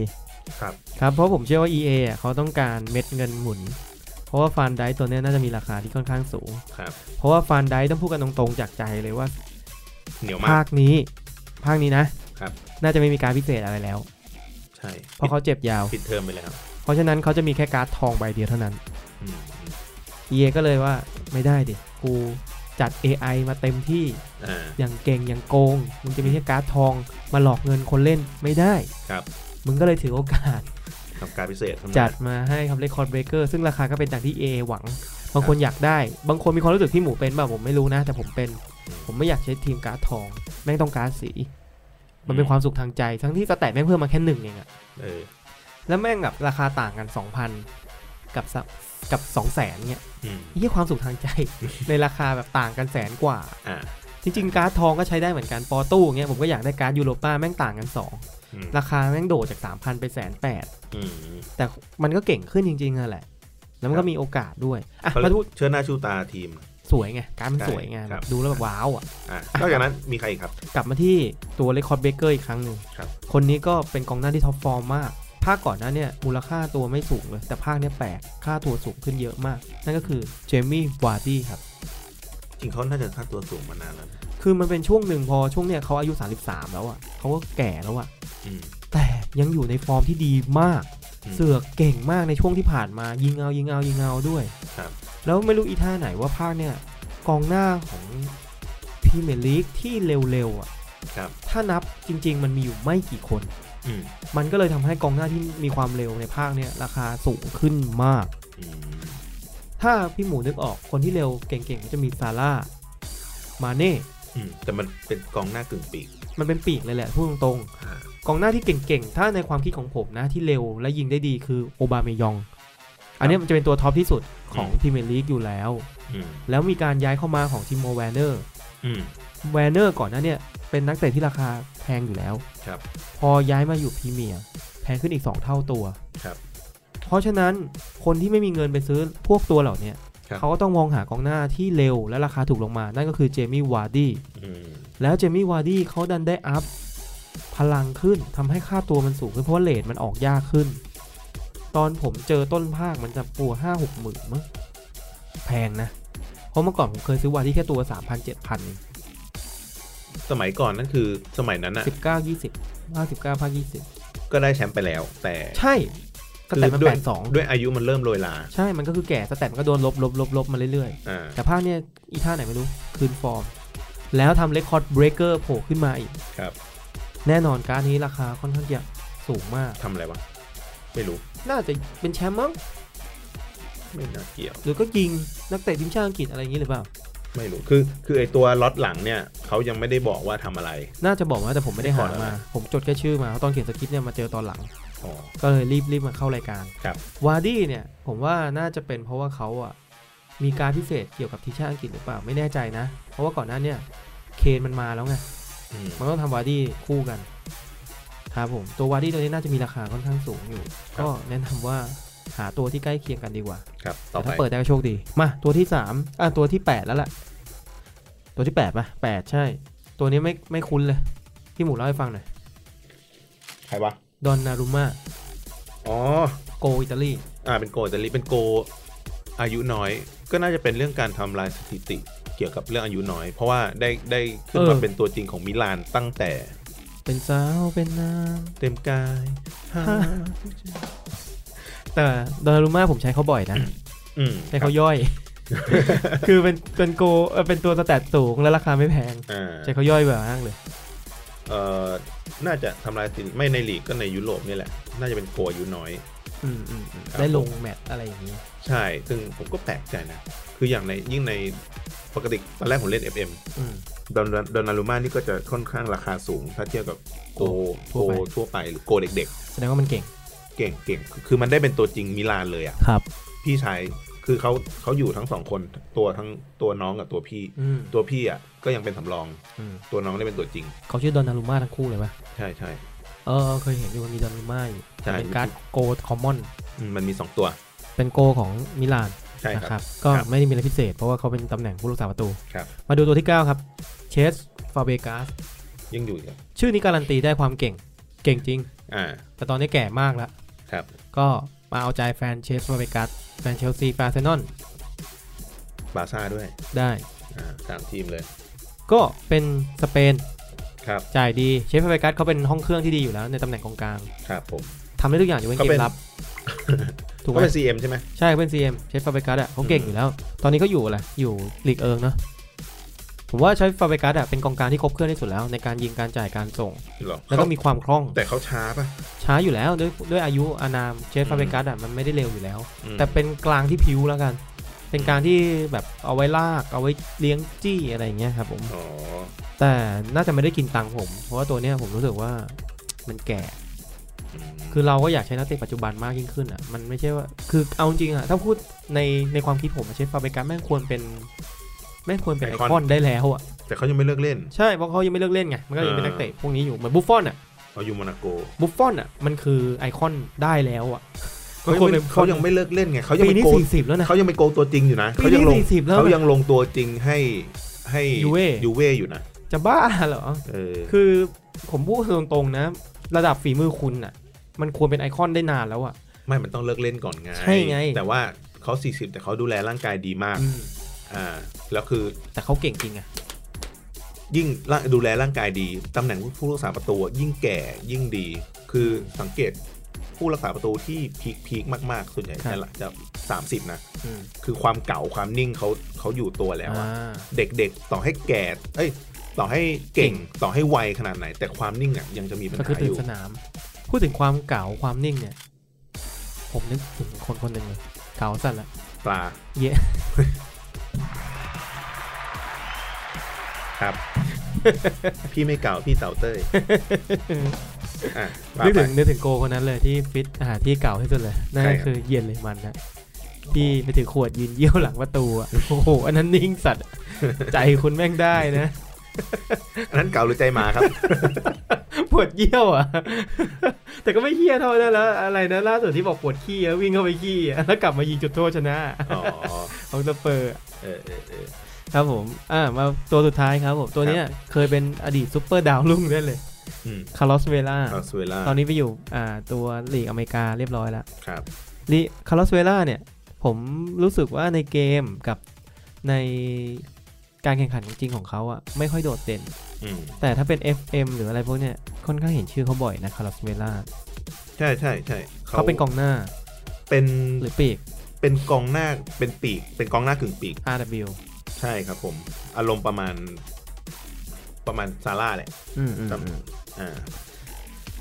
[SPEAKER 2] ครับ
[SPEAKER 3] ครับ เพราะผมเชื่อว่า EA อ่ะเขาต้องการเม็ดเงินหมุน เพราะว่าฟันไดตัวเนี้ยน่าจะมีราคาที่ค่อนข้างสูง
[SPEAKER 2] ครับ
[SPEAKER 3] เพราะว่าฟันไดต้องพูดกันตรงๆ จากใจเลยว่า
[SPEAKER 2] เหนียวมา
[SPEAKER 3] ภาก คนี้ ภาคนี้นะ
[SPEAKER 2] ครับ
[SPEAKER 3] น่าจะไม่มีการพิเศษอะไรแล้ว
[SPEAKER 2] ใช่
[SPEAKER 3] เพราะเขาเจ็บยาว
[SPEAKER 2] ปิดเทอมไปแล้ว
[SPEAKER 3] เพราะฉะนั้นเขาจะมีแค่การ์ดทองใบเดียวเท่านั้น
[SPEAKER 2] อืมอืม
[SPEAKER 3] EA ก็เลยว่าไม่ได้ดิ กูจัด AI มาเต็มที่
[SPEAKER 2] อ่า
[SPEAKER 3] อย่างเก่งอย่างโกง มึงจะมีแค่การ์ดทองมาหลอกเงินคนเล่นไม่ได้
[SPEAKER 2] ครับ
[SPEAKER 3] มึงก็เลยถือโอกาส
[SPEAKER 2] ทำการพิเศษทำงาน
[SPEAKER 3] จัดมาให้ครับเรคคอร์ดเบรกเกอร์ซึ่งราคาก็เป็นตามที่ EA หวัง บางคนอยากได้ บางคนมีความรู้สึกที่หมูเป็นบ่าผมไม่รู้นะ แต่ผมเป็น ผมไม่อยากใช้ทีมการ์ดทอง แม่งต้องการดสี มันเป็น
[SPEAKER 2] อืม
[SPEAKER 3] ความสุขทางใจ ทั้งที่สแตทแม่งเพิ่มมาแค่หนึ่งเองอะ
[SPEAKER 2] เออ
[SPEAKER 3] แล้วแม่งแบบราคาต่างกัน 2,000 กับสะกับ 2 0 0 0 0นเนี่ย
[SPEAKER 2] อืม
[SPEAKER 3] เยี่ยความสุขทางใจ ในราคาแบบต่างกันแสนกว่า
[SPEAKER 2] อ่า
[SPEAKER 3] จริงๆการ์ดทองก็ใช้ได้เหมือนกันปอตู้เงี้ยผมก็อยากได้การ์ดยูโรป้าแม่งต่างกันสอง
[SPEAKER 2] อืม
[SPEAKER 3] ราคาแม่งโดดจาก3,000ไปแสนแปด
[SPEAKER 2] อืม
[SPEAKER 3] แต่มันก็เก่งขึ้นจริงๆนั่นแหละ แล้วมัน
[SPEAKER 2] ค
[SPEAKER 3] ก็
[SPEAKER 2] รับ
[SPEAKER 3] มีโอกาสด้วย อ่ะ
[SPEAKER 2] เขา
[SPEAKER 3] มา
[SPEAKER 2] เรีย
[SPEAKER 3] พูด
[SPEAKER 2] กเชิดหน้าชูตาทีม
[SPEAKER 3] สวยไง การดมัน
[SPEAKER 2] ใช่
[SPEAKER 3] สวยไง
[SPEAKER 2] ครับ
[SPEAKER 3] ดูแล้วแบบว้าวอ่ะ
[SPEAKER 2] อ่ะนอกจากนั้นมีใครอีกครับ
[SPEAKER 3] กลับมาที่ตัวเลคคอร์ดเบเกอร์อีกครั้งหนึ่ง
[SPEAKER 2] ครับ
[SPEAKER 3] คนนี้ก็เป็นกองหน้าที่ท็อปฟอร์มมาก ภาคก่อนหน้าเนี่ยมูลค่าตัวไม่สูงเลย แต่ภาคเนี้ยแปลก ค่าตัวสูงขึ้นเยอะมาก นั่นก็คือเจมี่วาร์ดี้ครับ
[SPEAKER 2] จริงเขาน่าจะค่าตัวสูงมานานแล้วนะ
[SPEAKER 3] คือมันเป็นช่วงหนึ่งพอช่วงเนี้ยเขาอายุ 33 แล้วอ่ะเขาก็แก่แล้วอ่ะ
[SPEAKER 2] อืม
[SPEAKER 3] แต่ยังอยู่ในฟอร์มที่ดีมาก
[SPEAKER 2] อืม
[SPEAKER 3] เสือกเก่งมากในช่วงที่ผ่านมายิงเอายิงเอายิงเอาด้วย
[SPEAKER 2] ครับ
[SPEAKER 3] แล้วไม่รู้อีท่าไหนว่าภาคเนี่ยกองหน้าของพรีเมียร์ลีกที่เร็วๆอ่ะ
[SPEAKER 2] ครับ
[SPEAKER 3] ถ้านับจริง ๆ มันมีอยู่ไม่กี่คน
[SPEAKER 2] อืม
[SPEAKER 3] มันก็เลยทำให้กองหน้าที่มีความเร็วในภาคเนี่ยราคาสูงขึ้นมาก
[SPEAKER 2] อืม
[SPEAKER 3] ถ้าพี่หมูนึกออกคนที่เร็วเก่งๆก็จะมีซาร่ามาเน่
[SPEAKER 2] อืมแต่มันเป็นกองหน้ากึ่งปีก
[SPEAKER 3] มันเป็นปีกเลยแหละพูดตรง
[SPEAKER 2] อ่า
[SPEAKER 3] ๆกองหน้าที่เก่งๆถ้าในความคิดของผมนะที่เร็วและยิงได้ดีคือโอบาเมยอง อันเนี้ยมันจะเป็นตัวท็อปที่สุดของพรีเมียร์ลีกอยู่แล้ว
[SPEAKER 2] อืม
[SPEAKER 3] แล้วมีการย้ายเข้ามาของทิมโมแวนเนอร์
[SPEAKER 2] อืม
[SPEAKER 3] แวนเนอร์ก่อนหน้าเนี่ยเป็นนักเตะที่ราคาแพงอยู่แล้ว
[SPEAKER 2] ครับ
[SPEAKER 3] พอย้ายมาอยู่พรีเมียร์แพงขึ้นอีก 2 เท่าตัว
[SPEAKER 2] ครับ
[SPEAKER 3] เพราะฉะนั้นคนที่ไม่มีเงินไปซื้อพวกตัวเหล่าเนี้ย
[SPEAKER 2] ครับ
[SPEAKER 3] เขาก็ต้องมองหากองหน้าที่เร็วและราคาถูกลงมา นั่นก็คือเจมี่วาร์ดี้
[SPEAKER 2] อืม
[SPEAKER 3] แล้วเจมี่วาร์ดี้เขาดันได้อัพพลังขึ้นทำให้ค่าตัวมันสูงขึ้นเพราะว่าเลทมันออกยากขึ้น ตอนผมเจอต้นภาคมันจะปัวห้าหกหมื่นมั้งแพงนะ เพราะเมื่อก่อนผมเคยซื้อวาร์ดี้แค่ตัวสามพันเจ็ดพัน
[SPEAKER 2] สมัยก่อนนั่นคือสมัยนั้นอ่ะ
[SPEAKER 3] สิบเก้ายี่สิบห้าสิบเก้าภาคยี่สิบ
[SPEAKER 2] ก็ได้แชมป์ไปแล้ว แต่
[SPEAKER 3] ใช่ส
[SPEAKER 2] คือ
[SPEAKER 3] แตทมัน
[SPEAKER 2] ด้ว
[SPEAKER 3] แป
[SPEAKER 2] ย
[SPEAKER 3] ดสอง
[SPEAKER 2] ด้วยอายุมันเริ่มโรยลา
[SPEAKER 3] ใช่มันก็คือแก่สแตทมันก็โดนลบลบลบลบมาเรื่อย
[SPEAKER 2] อ่า
[SPEAKER 3] ๆ แต่ภาคเนี้ยอีท่าไหนไม่รู้ คืนฟอร์ม แล้วทำเรคคอร์ดเบรกเกอร์โผล่ขึ้นมาอีก
[SPEAKER 2] ครับ
[SPEAKER 3] แน่นอนการดนี้ราคาค่อนข้างจะสูงมาก
[SPEAKER 2] ทำอะไรวะ ไม่รู้
[SPEAKER 3] น่าจะเป็นแชมป์มั้ง
[SPEAKER 2] ไม่น่าเกี่ยว
[SPEAKER 3] หรือก็ยิงนักเตะทีมชาติอังกฤษอะไรอย่างนี้หรือเปล่า
[SPEAKER 2] ไม่รู้ คือ คือไอตัวล็อตหลังเนี่ยเขายังไม่ได้บอกว่าทำอะไร
[SPEAKER 3] น่าจะบอกว่าแต่ผมไม่ได้หา
[SPEAKER 2] ไม่ได้ขอแล้
[SPEAKER 3] มา
[SPEAKER 2] วนะ
[SPEAKER 3] ผมจดแค่ชื่อมาเพราะตอนเขียนสคริปต์เนี่ยมาเจอตอนหลัง
[SPEAKER 2] อ๋อ
[SPEAKER 3] ก็เลยรีบรีบมาเข้ารายการ
[SPEAKER 2] ครับ
[SPEAKER 3] วาร์ดี้เนี่ย ผมว่าน่าจะเป็นเพราะว่าเขาอ่ะมีการพิเศษเกี่ยวกับทีมชาติอังกฤษหรือเปล่าไม่แน่ใจนะ เพราะว่าก่อนหน้าเนี่ยเคนมันมาแล้วไง
[SPEAKER 2] อืม
[SPEAKER 3] มันต้องทำวาร์ดี้คู่กันครับผมตัววาร์ดี้ตัวนี้น่าจะมีราคาค่อนข้างสูงอยู่
[SPEAKER 2] ครับ
[SPEAKER 3] ก็แนะนำว่าหาตัวที่ใกล้เคียงกันดีกว่า
[SPEAKER 2] ครับ ต่
[SPEAKER 3] แต่
[SPEAKER 2] อไป
[SPEAKER 3] ถ้าเปิดได้ก็โชคดี มาตัวที่สามอ่ะตัวที่แปดแล้วล่ะ ตัวที่แปดป่ะแปดใช่ ตัวนี้ไม่ไม่คุ้นเลย พี่หมูเล่าให้ฟังหน่อย
[SPEAKER 2] ใครวะ
[SPEAKER 3] ดอนนารุมา
[SPEAKER 2] อ๋อ
[SPEAKER 3] โกอิตาลี
[SPEAKER 2] อ่า เป็นโกแต่ลิเป็นโก อายุน้อย ก็น่าจะเป็นเรื่องการทำลายสถิติ เกี่ยวกับเรื่องอายุน้อย เพราะว่าได้ได้ขึ้นมาเป็นตัวจริงของมิลานตั้งแต่
[SPEAKER 3] เป็นสาวเป็น นาง
[SPEAKER 2] เต็มกายห้า
[SPEAKER 3] แต่ดอนนารุมาผมใช้เขาบ่อยนะ
[SPEAKER 2] อืม
[SPEAKER 3] ใช้เขาย่อย คือเป็นเป็นโกเออเป็นตัวสแตทสูงและราคาไม่แพง
[SPEAKER 2] อ่า
[SPEAKER 3] ใช้เขาย่อยแบบมากเลย
[SPEAKER 2] เอ่อ น่าจะทำลายสถิติไม่ในลีกก็ในยุโรปนี่แหละ น่าจะเป็นโกอายุน้อย
[SPEAKER 3] อืมอืมอืม
[SPEAKER 2] ครับ
[SPEAKER 3] ได้ลงแมตช์อะไรอย่างนี้
[SPEAKER 2] ใช่ ซึ่งผมก็แปลกใจนะ คืออย่างในยิ่งในปกติตอนแรกผมเล่น FM
[SPEAKER 3] อืม
[SPEAKER 2] ดอนดอนนารูมานี่ก็จะค่อนข้างราคาสูง ถ้าเทียบกับโก
[SPEAKER 3] ทั่
[SPEAKER 2] โก
[SPEAKER 3] วไป
[SPEAKER 2] ทั่วไปหรือโกเด็ก
[SPEAKER 3] แสดงว่ามันเก่ง
[SPEAKER 2] ๆ เก่งเก่งคือคือมันได้เป็นตัวจริงมิลานเลยอะ่ะ
[SPEAKER 3] ครับ
[SPEAKER 2] พี่ชายคือเขาเขาอยู่ทั้งสองคนตัวทั้งตัวน้องกับตัวพี่
[SPEAKER 3] อืม
[SPEAKER 2] ตัวพี่อ่ะก็ยังเป็นสำรอง
[SPEAKER 3] อืม
[SPEAKER 2] ตัวน้องได้เป็นตัวจริง
[SPEAKER 3] เขาชื่อดอนนารุมาทั้งคู่เลยปะ
[SPEAKER 2] ใช่ใช่
[SPEAKER 3] เออเคยเห็นอยู่มันมีดอนนารุมาอยู่
[SPEAKER 2] ใช่
[SPEAKER 3] เป็นการ์ดโกคอมมอน
[SPEAKER 2] อืมมันมีสองตัว
[SPEAKER 3] เป็นโกของมิลาน
[SPEAKER 2] ใช่
[SPEAKER 3] นะ
[SPEAKER 2] ค
[SPEAKER 3] ค
[SPEAKER 2] รั
[SPEAKER 3] รับ บ ก็
[SPEAKER 2] ครับ
[SPEAKER 3] ไม่ได้มีอะไรพิเศษ เพราะว่าเขาเป็นตำแหน่งผู้รักษาประตู
[SPEAKER 2] ครับ
[SPEAKER 3] มาดูตัวที่ 9 ครับเชสฟาเบกาส
[SPEAKER 2] ยังอยู่อยู่
[SPEAKER 3] ชื่อนี้การันตีได้ความเก่ง เก่งจริง
[SPEAKER 2] อ่า
[SPEAKER 3] แต่ตอนนี้แก่มากแล้ว
[SPEAKER 2] ครับ
[SPEAKER 3] ก็มาเอาใจแฟนเชสฟาเบกัสแฟนเชลซีแฟนอาร์เซนอล
[SPEAKER 2] บาร์ซ่าด้วย
[SPEAKER 3] ได้
[SPEAKER 2] อ่าสามทีมเลย
[SPEAKER 3] ก็เป็นสเปน
[SPEAKER 2] ครับ
[SPEAKER 3] จ่ายดีเชฟฟาเบกัสเขาเป็นห้องเครื่องที่ดีอยู่แล้วในตำแหน่งกองกลาง
[SPEAKER 2] ครับผม
[SPEAKER 3] ทำได้ทุกอย่างอยู่เป็น
[SPEAKER 2] เขา
[SPEAKER 3] เก
[SPEAKER 2] เป็น
[SPEAKER 3] มรับ ถูกไหม
[SPEAKER 2] ก็เป็น CM ใช่ไหม
[SPEAKER 3] ใช่เขาเป็น CM เชฟฟาเบกัสอ่ะเขาเก่ง
[SPEAKER 2] อืม
[SPEAKER 3] อยู่แล้ว ตอนนี้เขาอยู่อะไรอยู่ลีกเอิงเนาะผมว่าใช้ฟาเบกัสอ่ะเป็นกองกลางที่ครบเครื่องที่สุดแล้ว ในการยิงการจ่ายการส่ง
[SPEAKER 2] หรอ
[SPEAKER 3] แล้วก็มีความคล่อง
[SPEAKER 2] แต่เขาช้าป่ะ
[SPEAKER 3] ช้าอยู่แล้วด้วยด้วยอายุอานามเชฟ
[SPEAKER 2] อืม
[SPEAKER 3] ฟาเบกัสอ่ะมันไม่ได้เร็วอยู่แล้ว
[SPEAKER 2] อืม
[SPEAKER 3] แต่เป็นกลางที่พิ้วแล้วกัน เป็นกลางที่แบบเอาไว้ลาก เอาไว้เลี้ยงจี้อะไรอย่างเงี้ยครับผม
[SPEAKER 2] อ๋อ
[SPEAKER 3] แต่น่าจะไม่ได้กินตังค์ผม เพราะว่าตัวเนี้ยผมรู้สึกว่า มันแก่
[SPEAKER 2] อืม
[SPEAKER 3] คือเราก็อยากใช้นักเตะปัจจุบันมากยิ่งขึ้นอ่ะ มันไม่ใช่ว่า คือเอาจริงๆอ่ะ ถ้าพูดในในความคิดผมอะเชฟฟาเบกัสแม่งควรเป็น แม่งควรเป็นไอคอนได้แล้วอ่ะ
[SPEAKER 2] แต่เขายังไม่เลิกเล่น
[SPEAKER 3] ใช่ เพราะเขายังไม่เลิกเล่นไง มันก็ยังเป็น
[SPEAKER 2] เออ
[SPEAKER 3] นักเตะพวกนี้อยู่ เหมือนบุฟฟอนอ่ะ
[SPEAKER 2] เขาอยู่โมนาโก
[SPEAKER 3] บุฟฟอนอ่ะ มันคือไอคอนได้แล้วอ่ะ
[SPEAKER 2] เขา
[SPEAKER 3] ควร
[SPEAKER 2] ยังไม่
[SPEAKER 3] เป็น
[SPEAKER 2] เขายังไม่เลิกเล่นไงเขายัง
[SPEAKER 3] ปี
[SPEAKER 2] เป็น
[SPEAKER 3] นี้
[SPEAKER 2] โก
[SPEAKER 3] สี่สิบแล้วนะ
[SPEAKER 2] เขายังเป็นโกตัวจริงอยู่นะ
[SPEAKER 3] ปี
[SPEAKER 2] เขายั
[SPEAKER 3] นี้
[SPEAKER 2] งลง
[SPEAKER 3] สี่สิบแล้ว
[SPEAKER 2] เขา
[SPEAKER 3] นะ
[SPEAKER 2] ยังลงตัวจริงให้ให้
[SPEAKER 3] ยูเว่
[SPEAKER 2] ยูเว่อยู่นะ
[SPEAKER 3] จะบ้าเหรอ
[SPEAKER 2] เออ
[SPEAKER 3] คือผมพูดตรงๆนะ ระดับฝีมือคุณอ่ะ มันควรเป็นไอคอนได้นานแล้วอ่ะ
[SPEAKER 2] ไม่มันต้องเลิกเล่นก่อนไง
[SPEAKER 3] ใช่ไง
[SPEAKER 2] แต่ว่าเขา 40 แต่เขาดูแลร่างกายดีมาก
[SPEAKER 3] อืม
[SPEAKER 2] อ่าแล้วคือ
[SPEAKER 3] แต่เขาเก่งจริงอ่ะ
[SPEAKER 2] ยิ่งร่างดูแลร่างกายดีตำแหน่งผู้รักษาประตูยิ่งแก่ยิ่งดี คือสังเกตผู้รักษาประตูที่พีคพีคมากๆส่วนใหญ่
[SPEAKER 3] ครับ
[SPEAKER 2] จะละจะสามสิบนะ
[SPEAKER 3] อืม
[SPEAKER 2] คือความเก่าความนิ่งเขาเขาอยู่ตัวแล้วอะ
[SPEAKER 3] อ่า
[SPEAKER 2] เด็กๆ ต่อให้แก่ เอ้ย ต่อให้เก่ง
[SPEAKER 3] เก่ง
[SPEAKER 2] ต่อให้ไวขนาดไหน แต่ความนิ่งอ่ะยังจะมีปัญ
[SPEAKER 3] ก็
[SPEAKER 2] หา
[SPEAKER 3] คือ
[SPEAKER 2] อ
[SPEAKER 3] ตื่น
[SPEAKER 2] ยู่
[SPEAKER 3] สนาม พูดถึงความเก่าความนิ่งเนี่ย ผมนึกถึงคนคนหนึ่งเลยเก่าสัตว์ละ
[SPEAKER 2] ปลา
[SPEAKER 3] เยะ
[SPEAKER 2] ครับ พี่ไม่เก่าพี่เต่าเต้ย อ่ะปลา
[SPEAKER 3] นึก
[SPEAKER 2] ไป
[SPEAKER 3] ถึงนึกถึงโกคนนั้นเลยที่ฟิตอาหารที่เก่าที่สุดเลยนั่น
[SPEAKER 2] ใคร
[SPEAKER 3] ก็
[SPEAKER 2] ครับ
[SPEAKER 3] คือเย็นเลยมันนะที่ไปถือขวดยืนเยี่ยวหลังประตูอ่ะโอ้โหอันนั้นนิ่งสัตว์อะใจคุณแม่งได้นะ
[SPEAKER 2] อันนั้นเก่าหรือใจหมาครับ
[SPEAKER 3] ปวดเยี่ยวอ่ะ แต่ก็ไม่เฮี้ยเท่านั้นแล้ว อะไรนะล่าสุดที่บอกปวดขี้แล้ววิ่งเข้าไปขี้อะแล้วกลับมายิงจุดโทษชนะ
[SPEAKER 2] อ๋อ
[SPEAKER 3] ของสเปอร์
[SPEAKER 2] เออเออเออ
[SPEAKER 3] ครับผม อ่า มาตัวสุดท้ายครับผม ตัวเนี้ยเคยเป็นอดีตซูเปอร์ดาวรุ่งได้เลย
[SPEAKER 2] อืม
[SPEAKER 3] คาร์ลอสเวล่า
[SPEAKER 2] เอาสเวล่า
[SPEAKER 3] ตอนนี้ไปอยู่ อ่า ตัวลีกอเมริกาเรียบร้อยแล้ว
[SPEAKER 2] ครับ
[SPEAKER 3] ลีคาร์ลอสเวล่าเนี่ย ผมรู้สึกว่าในเกมกับในการแข่งขันจริงๆของเขาอะไม่ค่อยโดดเด่น
[SPEAKER 2] อืม
[SPEAKER 3] แต่ถ้าเป็น FM หรืออะไรพวกเนี้ย ค่อนข้างเห็นชื่อเขาบ่อยนะคาร์ลอสเวล่า
[SPEAKER 2] ใช่ใช่ใช่
[SPEAKER 3] เขาเป็นกองหน้า
[SPEAKER 2] เป็น
[SPEAKER 3] หรือปีก
[SPEAKER 2] เป็นกองหน้าเป็นปีก เป็นกองหน้ากึ่งปีก
[SPEAKER 3] RW
[SPEAKER 2] ใช่ครับผม อารมณ์ประมาณ ประมาณซาร่าแหละ
[SPEAKER 3] อืมอืม
[SPEAKER 2] ครับ
[SPEAKER 3] อืม
[SPEAKER 2] อ่า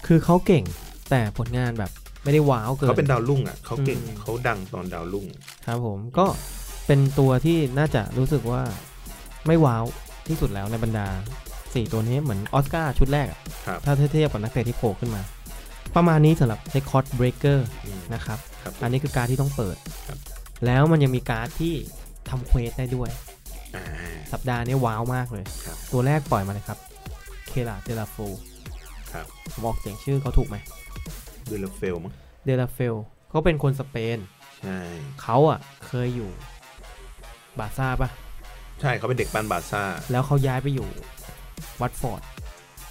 [SPEAKER 3] คือเขาเก่งแต่ผลงานแบบไม่ได้ว้าวเกิน
[SPEAKER 2] เขาเป็นดาวรุ่งอ่ะเขาเก่ง
[SPEAKER 3] อืม
[SPEAKER 2] เขาดังตอนดาวรุ่ง
[SPEAKER 3] ครับผมก็เป็นตัวที่น่าจะรู้สึกว่าไม่ว้าวที่สุดแล้วในบรรดา 4 ตัวนี้เหมือนออสการ์ชุดแรกอะ
[SPEAKER 2] ครับ
[SPEAKER 3] ถ้าเทียบกับนักเตะที่โผล่ขึ้นมา ประมาณนี้สำหรับ r e คอร์ดเบรกเกอร์
[SPEAKER 2] อืม
[SPEAKER 3] นะครับ
[SPEAKER 2] ครับผม
[SPEAKER 3] อันนี้คือการดที่ต้องเปิด
[SPEAKER 2] ครับ
[SPEAKER 3] แล้วมันยังมีการดที่ทำเควสได้ด้วย
[SPEAKER 2] อ่า
[SPEAKER 3] สัปดาห์นี้ว้าวมากเลย
[SPEAKER 2] ครับ
[SPEAKER 3] ตัวแรกปล่อยมาเลยครับเคลาเดลาโฟ
[SPEAKER 2] ครับ
[SPEAKER 3] ผมออกเสียงชื่อเขาถูกไหม
[SPEAKER 2] ดูแลเฟลมั้ง
[SPEAKER 3] เดลาเฟลเขาเป็นคนสเปน
[SPEAKER 2] ใช่
[SPEAKER 3] เขาอ่ะเคยอยู่บาร์ซ่าปะ
[SPEAKER 2] ใช่เขาเป็นเด็กบ้านบาร์ซ่า
[SPEAKER 3] แล้วเขาย้ายไปอยู่วัตฟอร์ด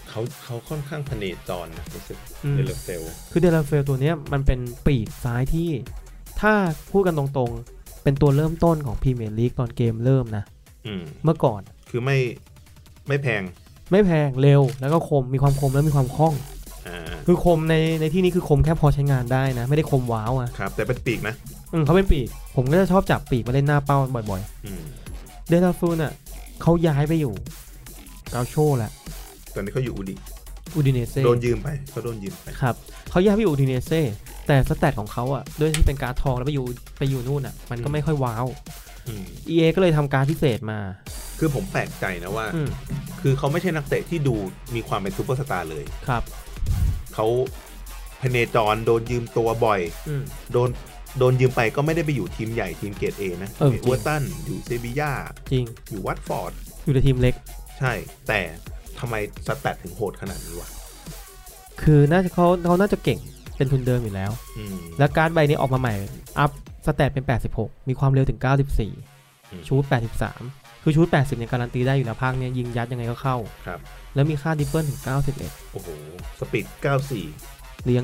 [SPEAKER 2] เขาเขาค่อนข้างพเนจรนะรู้สึก
[SPEAKER 3] อืม
[SPEAKER 2] ดูแลเฟล
[SPEAKER 3] คือเดลาเฟลตัวเนี้ยมันเป็นปีกซ้ายที่ ถ้าพูดกันตรงๆ เป็นตัวเริ่มต้นของพรีเมียร์ลีกตอนเกมเริ่มนะ
[SPEAKER 2] อืม
[SPEAKER 3] เมื่อก่อน
[SPEAKER 2] คือไม่ไม่แพง
[SPEAKER 3] ไม่แพงเร็วแล้วก็คมมีความคมแล้วมีความคล่อง
[SPEAKER 2] อ่า
[SPEAKER 3] คือคมในในที่นี้คือคมแค่พอใช้งานได้นะ ไม่ได้คมว้าวอะ่ะ
[SPEAKER 2] ครับ แต่เป็นปีกนะ
[SPEAKER 3] อืมเขาเป็นปีก ผมก็จะชอบจับปีกมาเล่นหน้าเป้าบ่อย
[SPEAKER 2] อืม
[SPEAKER 3] ๆ เดลาเฟลน่ะเขาย้ายไปอยู่กาโชแหละ
[SPEAKER 2] ตอนนี้เขาอยู่อูดิ
[SPEAKER 3] อูดิเนเซ่
[SPEAKER 2] โดนยืมไปเขาโดนยืมไป
[SPEAKER 3] ครับเขาย้ายไปอยู่อูดิเนเซ่แต่สแตทของเขาอ่ะด้วยที่เป็นการดทองแล้วไปอยู่ไปอยู่นู่นอ่ะ มันก็
[SPEAKER 2] อืม
[SPEAKER 3] ไม่ค่อยว้าว
[SPEAKER 2] อืม
[SPEAKER 3] EA ก็เลยทำการดพิเศษมา
[SPEAKER 2] คือผมแปลกใจนะว่า
[SPEAKER 3] อืม
[SPEAKER 2] คือเขาไม่ใช่นักเตะที่ดูมีความเป็นซูเปอร์สตาร์เลย
[SPEAKER 3] ครับ
[SPEAKER 2] เขา พเนจรโดนยืมตัวบ่อย
[SPEAKER 3] อืม
[SPEAKER 2] โดนโดนยืมไปก็ไม่ได้ไปอยู่ทีมใหญ่ทีมเกรดเอนะ
[SPEAKER 3] เออจริ
[SPEAKER 2] ยู่
[SPEAKER 3] ง
[SPEAKER 2] เวอร์ตันอยู่เซบีย่า
[SPEAKER 3] จริง
[SPEAKER 2] อยู่วัตฟอร์ด
[SPEAKER 3] อยู่ในทีมเล็ก
[SPEAKER 2] ใช่ แต่ทำไมสแตทถึงโหดขนาดนี้วะ
[SPEAKER 3] คือน่าจะเขาเขาน่าจะเก่งเป็นทุนเดิมอยู่แล้ว
[SPEAKER 2] อืม
[SPEAKER 3] แล้วการ์ดใบนี้ออกมาใหม่ อัพสแตทเป็น 86 มีความเร็วถึง
[SPEAKER 2] ม
[SPEAKER 3] 94 ชูด83 คือชูด80เนี่ยการันตีได้อยู่แล้วภาคเนี่ยยิงยัดยังไงก็เข้า
[SPEAKER 2] ครับ
[SPEAKER 3] แล้วมีค่าดิฟเฟิลถึง 91
[SPEAKER 2] โอ้โห สปีด 94
[SPEAKER 3] เลี้ยง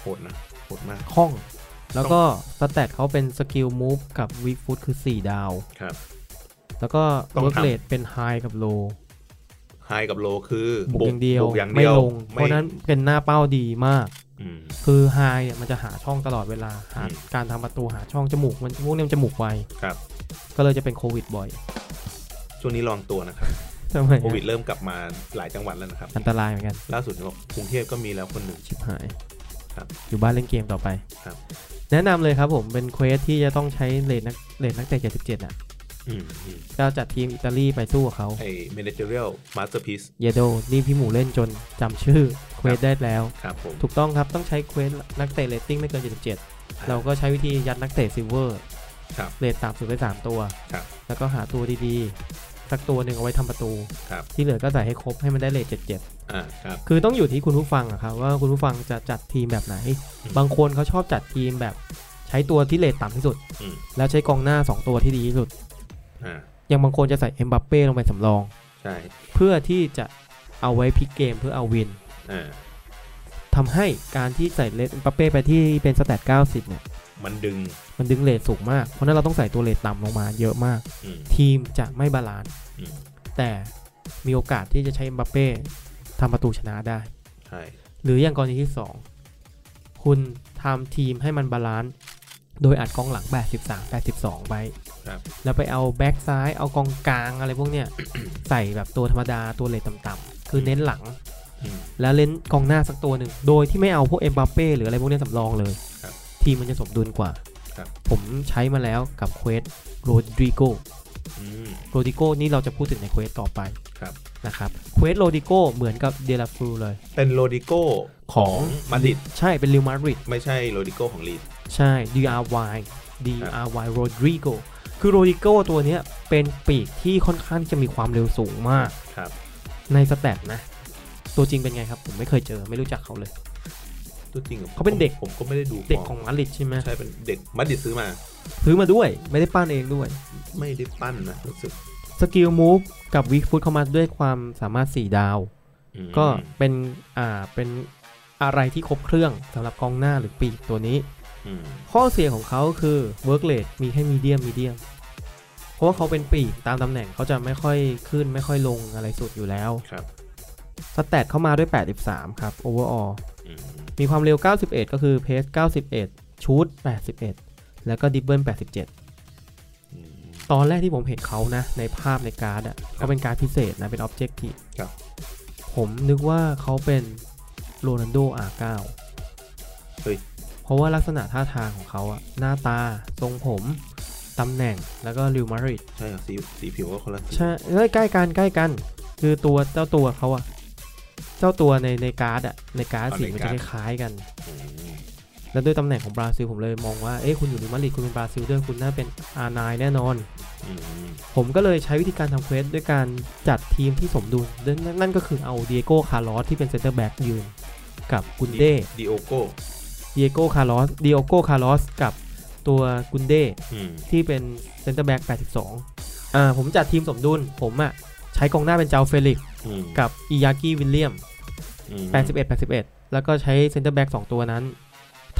[SPEAKER 2] โหดนะ โหดมาก
[SPEAKER 3] 91คล่อง แล้วก็สแตทเขาเป็นสกิลมูฟกับวิกฟุตคือ 4 ดาว
[SPEAKER 2] ครับ
[SPEAKER 3] แล้วก็
[SPEAKER 2] ต้อง
[SPEAKER 3] เวิร์ก
[SPEAKER 2] ทำ
[SPEAKER 3] เลดเป็นไฮกับโล
[SPEAKER 2] ไฮกับโลคือบ
[SPEAKER 3] วกอย่างเดียว
[SPEAKER 2] บกอย่าง
[SPEAKER 3] ไม่
[SPEAKER 2] เดียว
[SPEAKER 3] ลง เพราะฉะนั้นเป็นหน้าเป้าดีมาก
[SPEAKER 2] อืม
[SPEAKER 3] คือไฮเนี่ยมันจะหาช่องตลอดเวลาหา
[SPEAKER 2] อืม
[SPEAKER 3] การทำประตูหาช่องจมูกมันพวกเนี้ยมันจมูกไว
[SPEAKER 2] ครับ
[SPEAKER 3] ก็เลยจะเป็นโควิดบ่อย
[SPEAKER 2] ช่วงนี้ลองตัว นะครับ
[SPEAKER 3] ทำไมอะ
[SPEAKER 2] โควิดเริ่มกลับมาหลายจังหวัดแล้วนะครับ
[SPEAKER 3] อันตรายเหมือนกัน
[SPEAKER 2] ล่าสุดเห็นบอกกรุงเทพก็มีแล้วคนหนึ่ง
[SPEAKER 3] ชิบหาย
[SPEAKER 2] ครับ
[SPEAKER 3] อยู่บ้านเล่นเกมต่อไป
[SPEAKER 2] ครับ
[SPEAKER 3] แนะนำเลยครับผมเป็นเควสที่จะต้องใช้เลนนักเลนนักเตะ77 อ่ะ
[SPEAKER 2] อืมอืม
[SPEAKER 3] ก็จัดทีมอิตาลีไปสู้กับเขา
[SPEAKER 2] ไอ managerial masterpiece
[SPEAKER 3] เยโดนี่พี่หมูเล่นจนจำชื่อเควสได้แล้ว
[SPEAKER 2] ครับผม
[SPEAKER 3] ถูกต้องครับต้องใช้เควสนักเตะเรตติ้งไม่เกิน 77 เราก็ใช้วิธียัดนักเตะซิลเวอร์
[SPEAKER 2] ครับ
[SPEAKER 3] เรตตามสุดไปสามตัว
[SPEAKER 2] ครับ
[SPEAKER 3] แล้วก็หาตัวดีๆ สักตัวหนึ่งเอาไว้ทำประตู
[SPEAKER 2] ครับ
[SPEAKER 3] ที่เหลือก็ใส่ให้ครบให้มันได้เลทเจ็ด
[SPEAKER 2] อ่า ครับ
[SPEAKER 3] คือต้องอยู่ที่คุณผู้ฟังอะครับว่าคุณผู้ฟังจะจัดทีมแบบไหน
[SPEAKER 2] อืม
[SPEAKER 3] บางคนเขาชอบจัดทีมแบบใช้ตัวที่เลทต่ำที่สุด
[SPEAKER 2] อืม
[SPEAKER 3] แล้วใช้กองหน้าสองตัวที่ดีที่สุด
[SPEAKER 2] อ่า
[SPEAKER 3] อย่างบางคนจะใส่เอ็มบัปเป้ลงไปสำรอง
[SPEAKER 2] ใช่
[SPEAKER 3] เพื่อที่จะเอาไว้พลิกเกมเพื่อเอาวิน
[SPEAKER 2] อ่า
[SPEAKER 3] ทำให้การที่ใส่เลทเอ็มบัปเป้ไปที่เป็นสแตท90เนี่ย
[SPEAKER 2] มันดึง
[SPEAKER 3] มันดึงเลทสูงมาก เพราะฉะนั้นเราต้องใส่ตัวเลทต่ำลงมาเยอะมาก
[SPEAKER 2] อืม
[SPEAKER 3] ทีมจะไม่บาลานซ์
[SPEAKER 2] อืม
[SPEAKER 3] แต่มีโอกาสที่จะใช้เอ็มบัปเป้ทำประตูชนะได้
[SPEAKER 2] ใช่
[SPEAKER 3] หรืออย่างกรณีที่ 2 คุณทำทีมให้มันบาลานซ์โดยอัดกองหลัง 83 82 ไป
[SPEAKER 2] ครับ
[SPEAKER 3] แล้วไปเอาแบ็กซ้ายเอากองกลางอะไรพวกเนี้ย ใส่แบบตัวธรรมดาตัวเลทต่ำๆคือเน้นหลัง
[SPEAKER 2] อืม
[SPEAKER 3] แล้วเล่นกองหน้าสักตัวหนึ่ง โดยที่ไม่เอาพวกเอ็มบัปเป้หรืออะไรพวกเนี้ยสำรองเลย
[SPEAKER 2] ครับ
[SPEAKER 3] ทีมมันจะสมดุลกว่า
[SPEAKER 2] ครับ
[SPEAKER 3] ผมใช้มาแล้วกับเควสโรดริโก
[SPEAKER 2] อืม
[SPEAKER 3] โรดิโก้นี่เราจะพูดถึงในเควสต่อไป
[SPEAKER 2] ครับ
[SPEAKER 3] นะครับเควสโรดิโก้เหมือนกับเดลาฟูเลย
[SPEAKER 2] เป็นโรดิโก้ของมาดริด
[SPEAKER 3] ใช่เป็นริวมาดริด
[SPEAKER 2] ไม่ใช่โรดิโก้ของลีด
[SPEAKER 3] ใช่ DRY DRY Rodrigo คือ Rodrigo ตัวเนี้ยเป็นปีกที่ค่อนข้างที่จะมีความเร็วสูงมาก
[SPEAKER 2] ครับ
[SPEAKER 3] ในสแตทนะ ตัวจริงเป็นไงครับ ผมไม่เคยเจอไม่รู้จักเขาเลย
[SPEAKER 2] ตัวจริงอะผม
[SPEAKER 3] เขาเป็นเด็ก
[SPEAKER 2] ผมก็ไม่ได้ดู
[SPEAKER 3] เด็กของมาดริดใช่ไหม
[SPEAKER 2] ใช่เป็นเด็กมาดริดซื้อมา
[SPEAKER 3] ซื้อมาด้วยไม่ได้ปั้นเองด้วย
[SPEAKER 2] ไม่ได้ปั้นนะรู้สึก
[SPEAKER 3] สกิลมูฟกับวิกฟุตเข้ามาด้วยความสามารถ 4 ดาว
[SPEAKER 2] อืม
[SPEAKER 3] ก็เป็นอ่าเป็นอะไรที่ครบเครื่องสำหรับกองหน้าหรือปีกตัวนี้
[SPEAKER 2] อืม
[SPEAKER 3] ข้อเสียของเขาคือเวิร์กเลดมีแค่มีเดียมมีเดียม เพราะว่าเขาเป็นปีกตามตำแหน่งเขาจะไม่ค่อยขึ้นไม่ค่อยลงอะไรสุดอยู่แล้ว
[SPEAKER 2] ครับ
[SPEAKER 3] สแตทเข้ามาด้วย 83 ครับโอเวอร์ออ
[SPEAKER 2] อืม
[SPEAKER 3] มีความเร็ว 91 ก็คือเพส91 ชูด81 แล้วก็ดิบเบิล
[SPEAKER 2] อ
[SPEAKER 3] 87
[SPEAKER 2] ืม
[SPEAKER 3] ตอนแรกที่ผมเห็นเขานะ ในภาพในการ์ดอ่ะเขาเป็นการดพิเศษนะ เป็นออบเจกตี
[SPEAKER 2] ครับ
[SPEAKER 3] ผมนึกว่าเขาเป็นโรนัลโดอาเก้า
[SPEAKER 2] เฮ้ย
[SPEAKER 3] เพราะว่าลักษณะท่าทางของเขาอะหน้าตาทรงผมตำแหน่งแล้วก็ริวมาริด
[SPEAKER 2] ใช่เหรอสีสีผิวก็คนละสี
[SPEAKER 3] ใช่เอ้ยใกล้กันใกล้กัน คือตัวเจ้าตัวเขาอะเจ้าตัวในในการ์ดอะในการ์ดสีมันจะคล้ายๆกัน
[SPEAKER 2] อืม
[SPEAKER 3] แล้วด้วยตำแหน่งของบราซิลผมเลยมองว่า เอ้ยคุณอยู่ในมาดริดคุณเป็นบราซิลด้วยคุณน่าเป็นอาร์ไนแน่นอน
[SPEAKER 2] อืม
[SPEAKER 3] ผมก็เลยใช้วิธีการทำเควสด้วยการจัดทีมที่สมดุลนั่นนั่นก็คือเอาเดียโก้คาร์ลอสที่เป็นเซนเตอร์แบ็กยืน กับกุนเด
[SPEAKER 2] ดิโอโก้
[SPEAKER 3] เดียโก้คาร์ลอสเดียโก้คาร์ลอสกับตัวกุนเด
[SPEAKER 2] อืม
[SPEAKER 3] ที่เป็นเซนเตอร์แบ็ก82อ่าผมจัดทีมสมดุลผมอะใช้กองหน้าเป็นเจ้าเฟลิก
[SPEAKER 2] อืม
[SPEAKER 3] กับอิยากิวิลเลียม
[SPEAKER 2] อืม
[SPEAKER 3] 81 81 แล้วก็ใช้เซนเตอร์แบ็ก2ตัวนั้น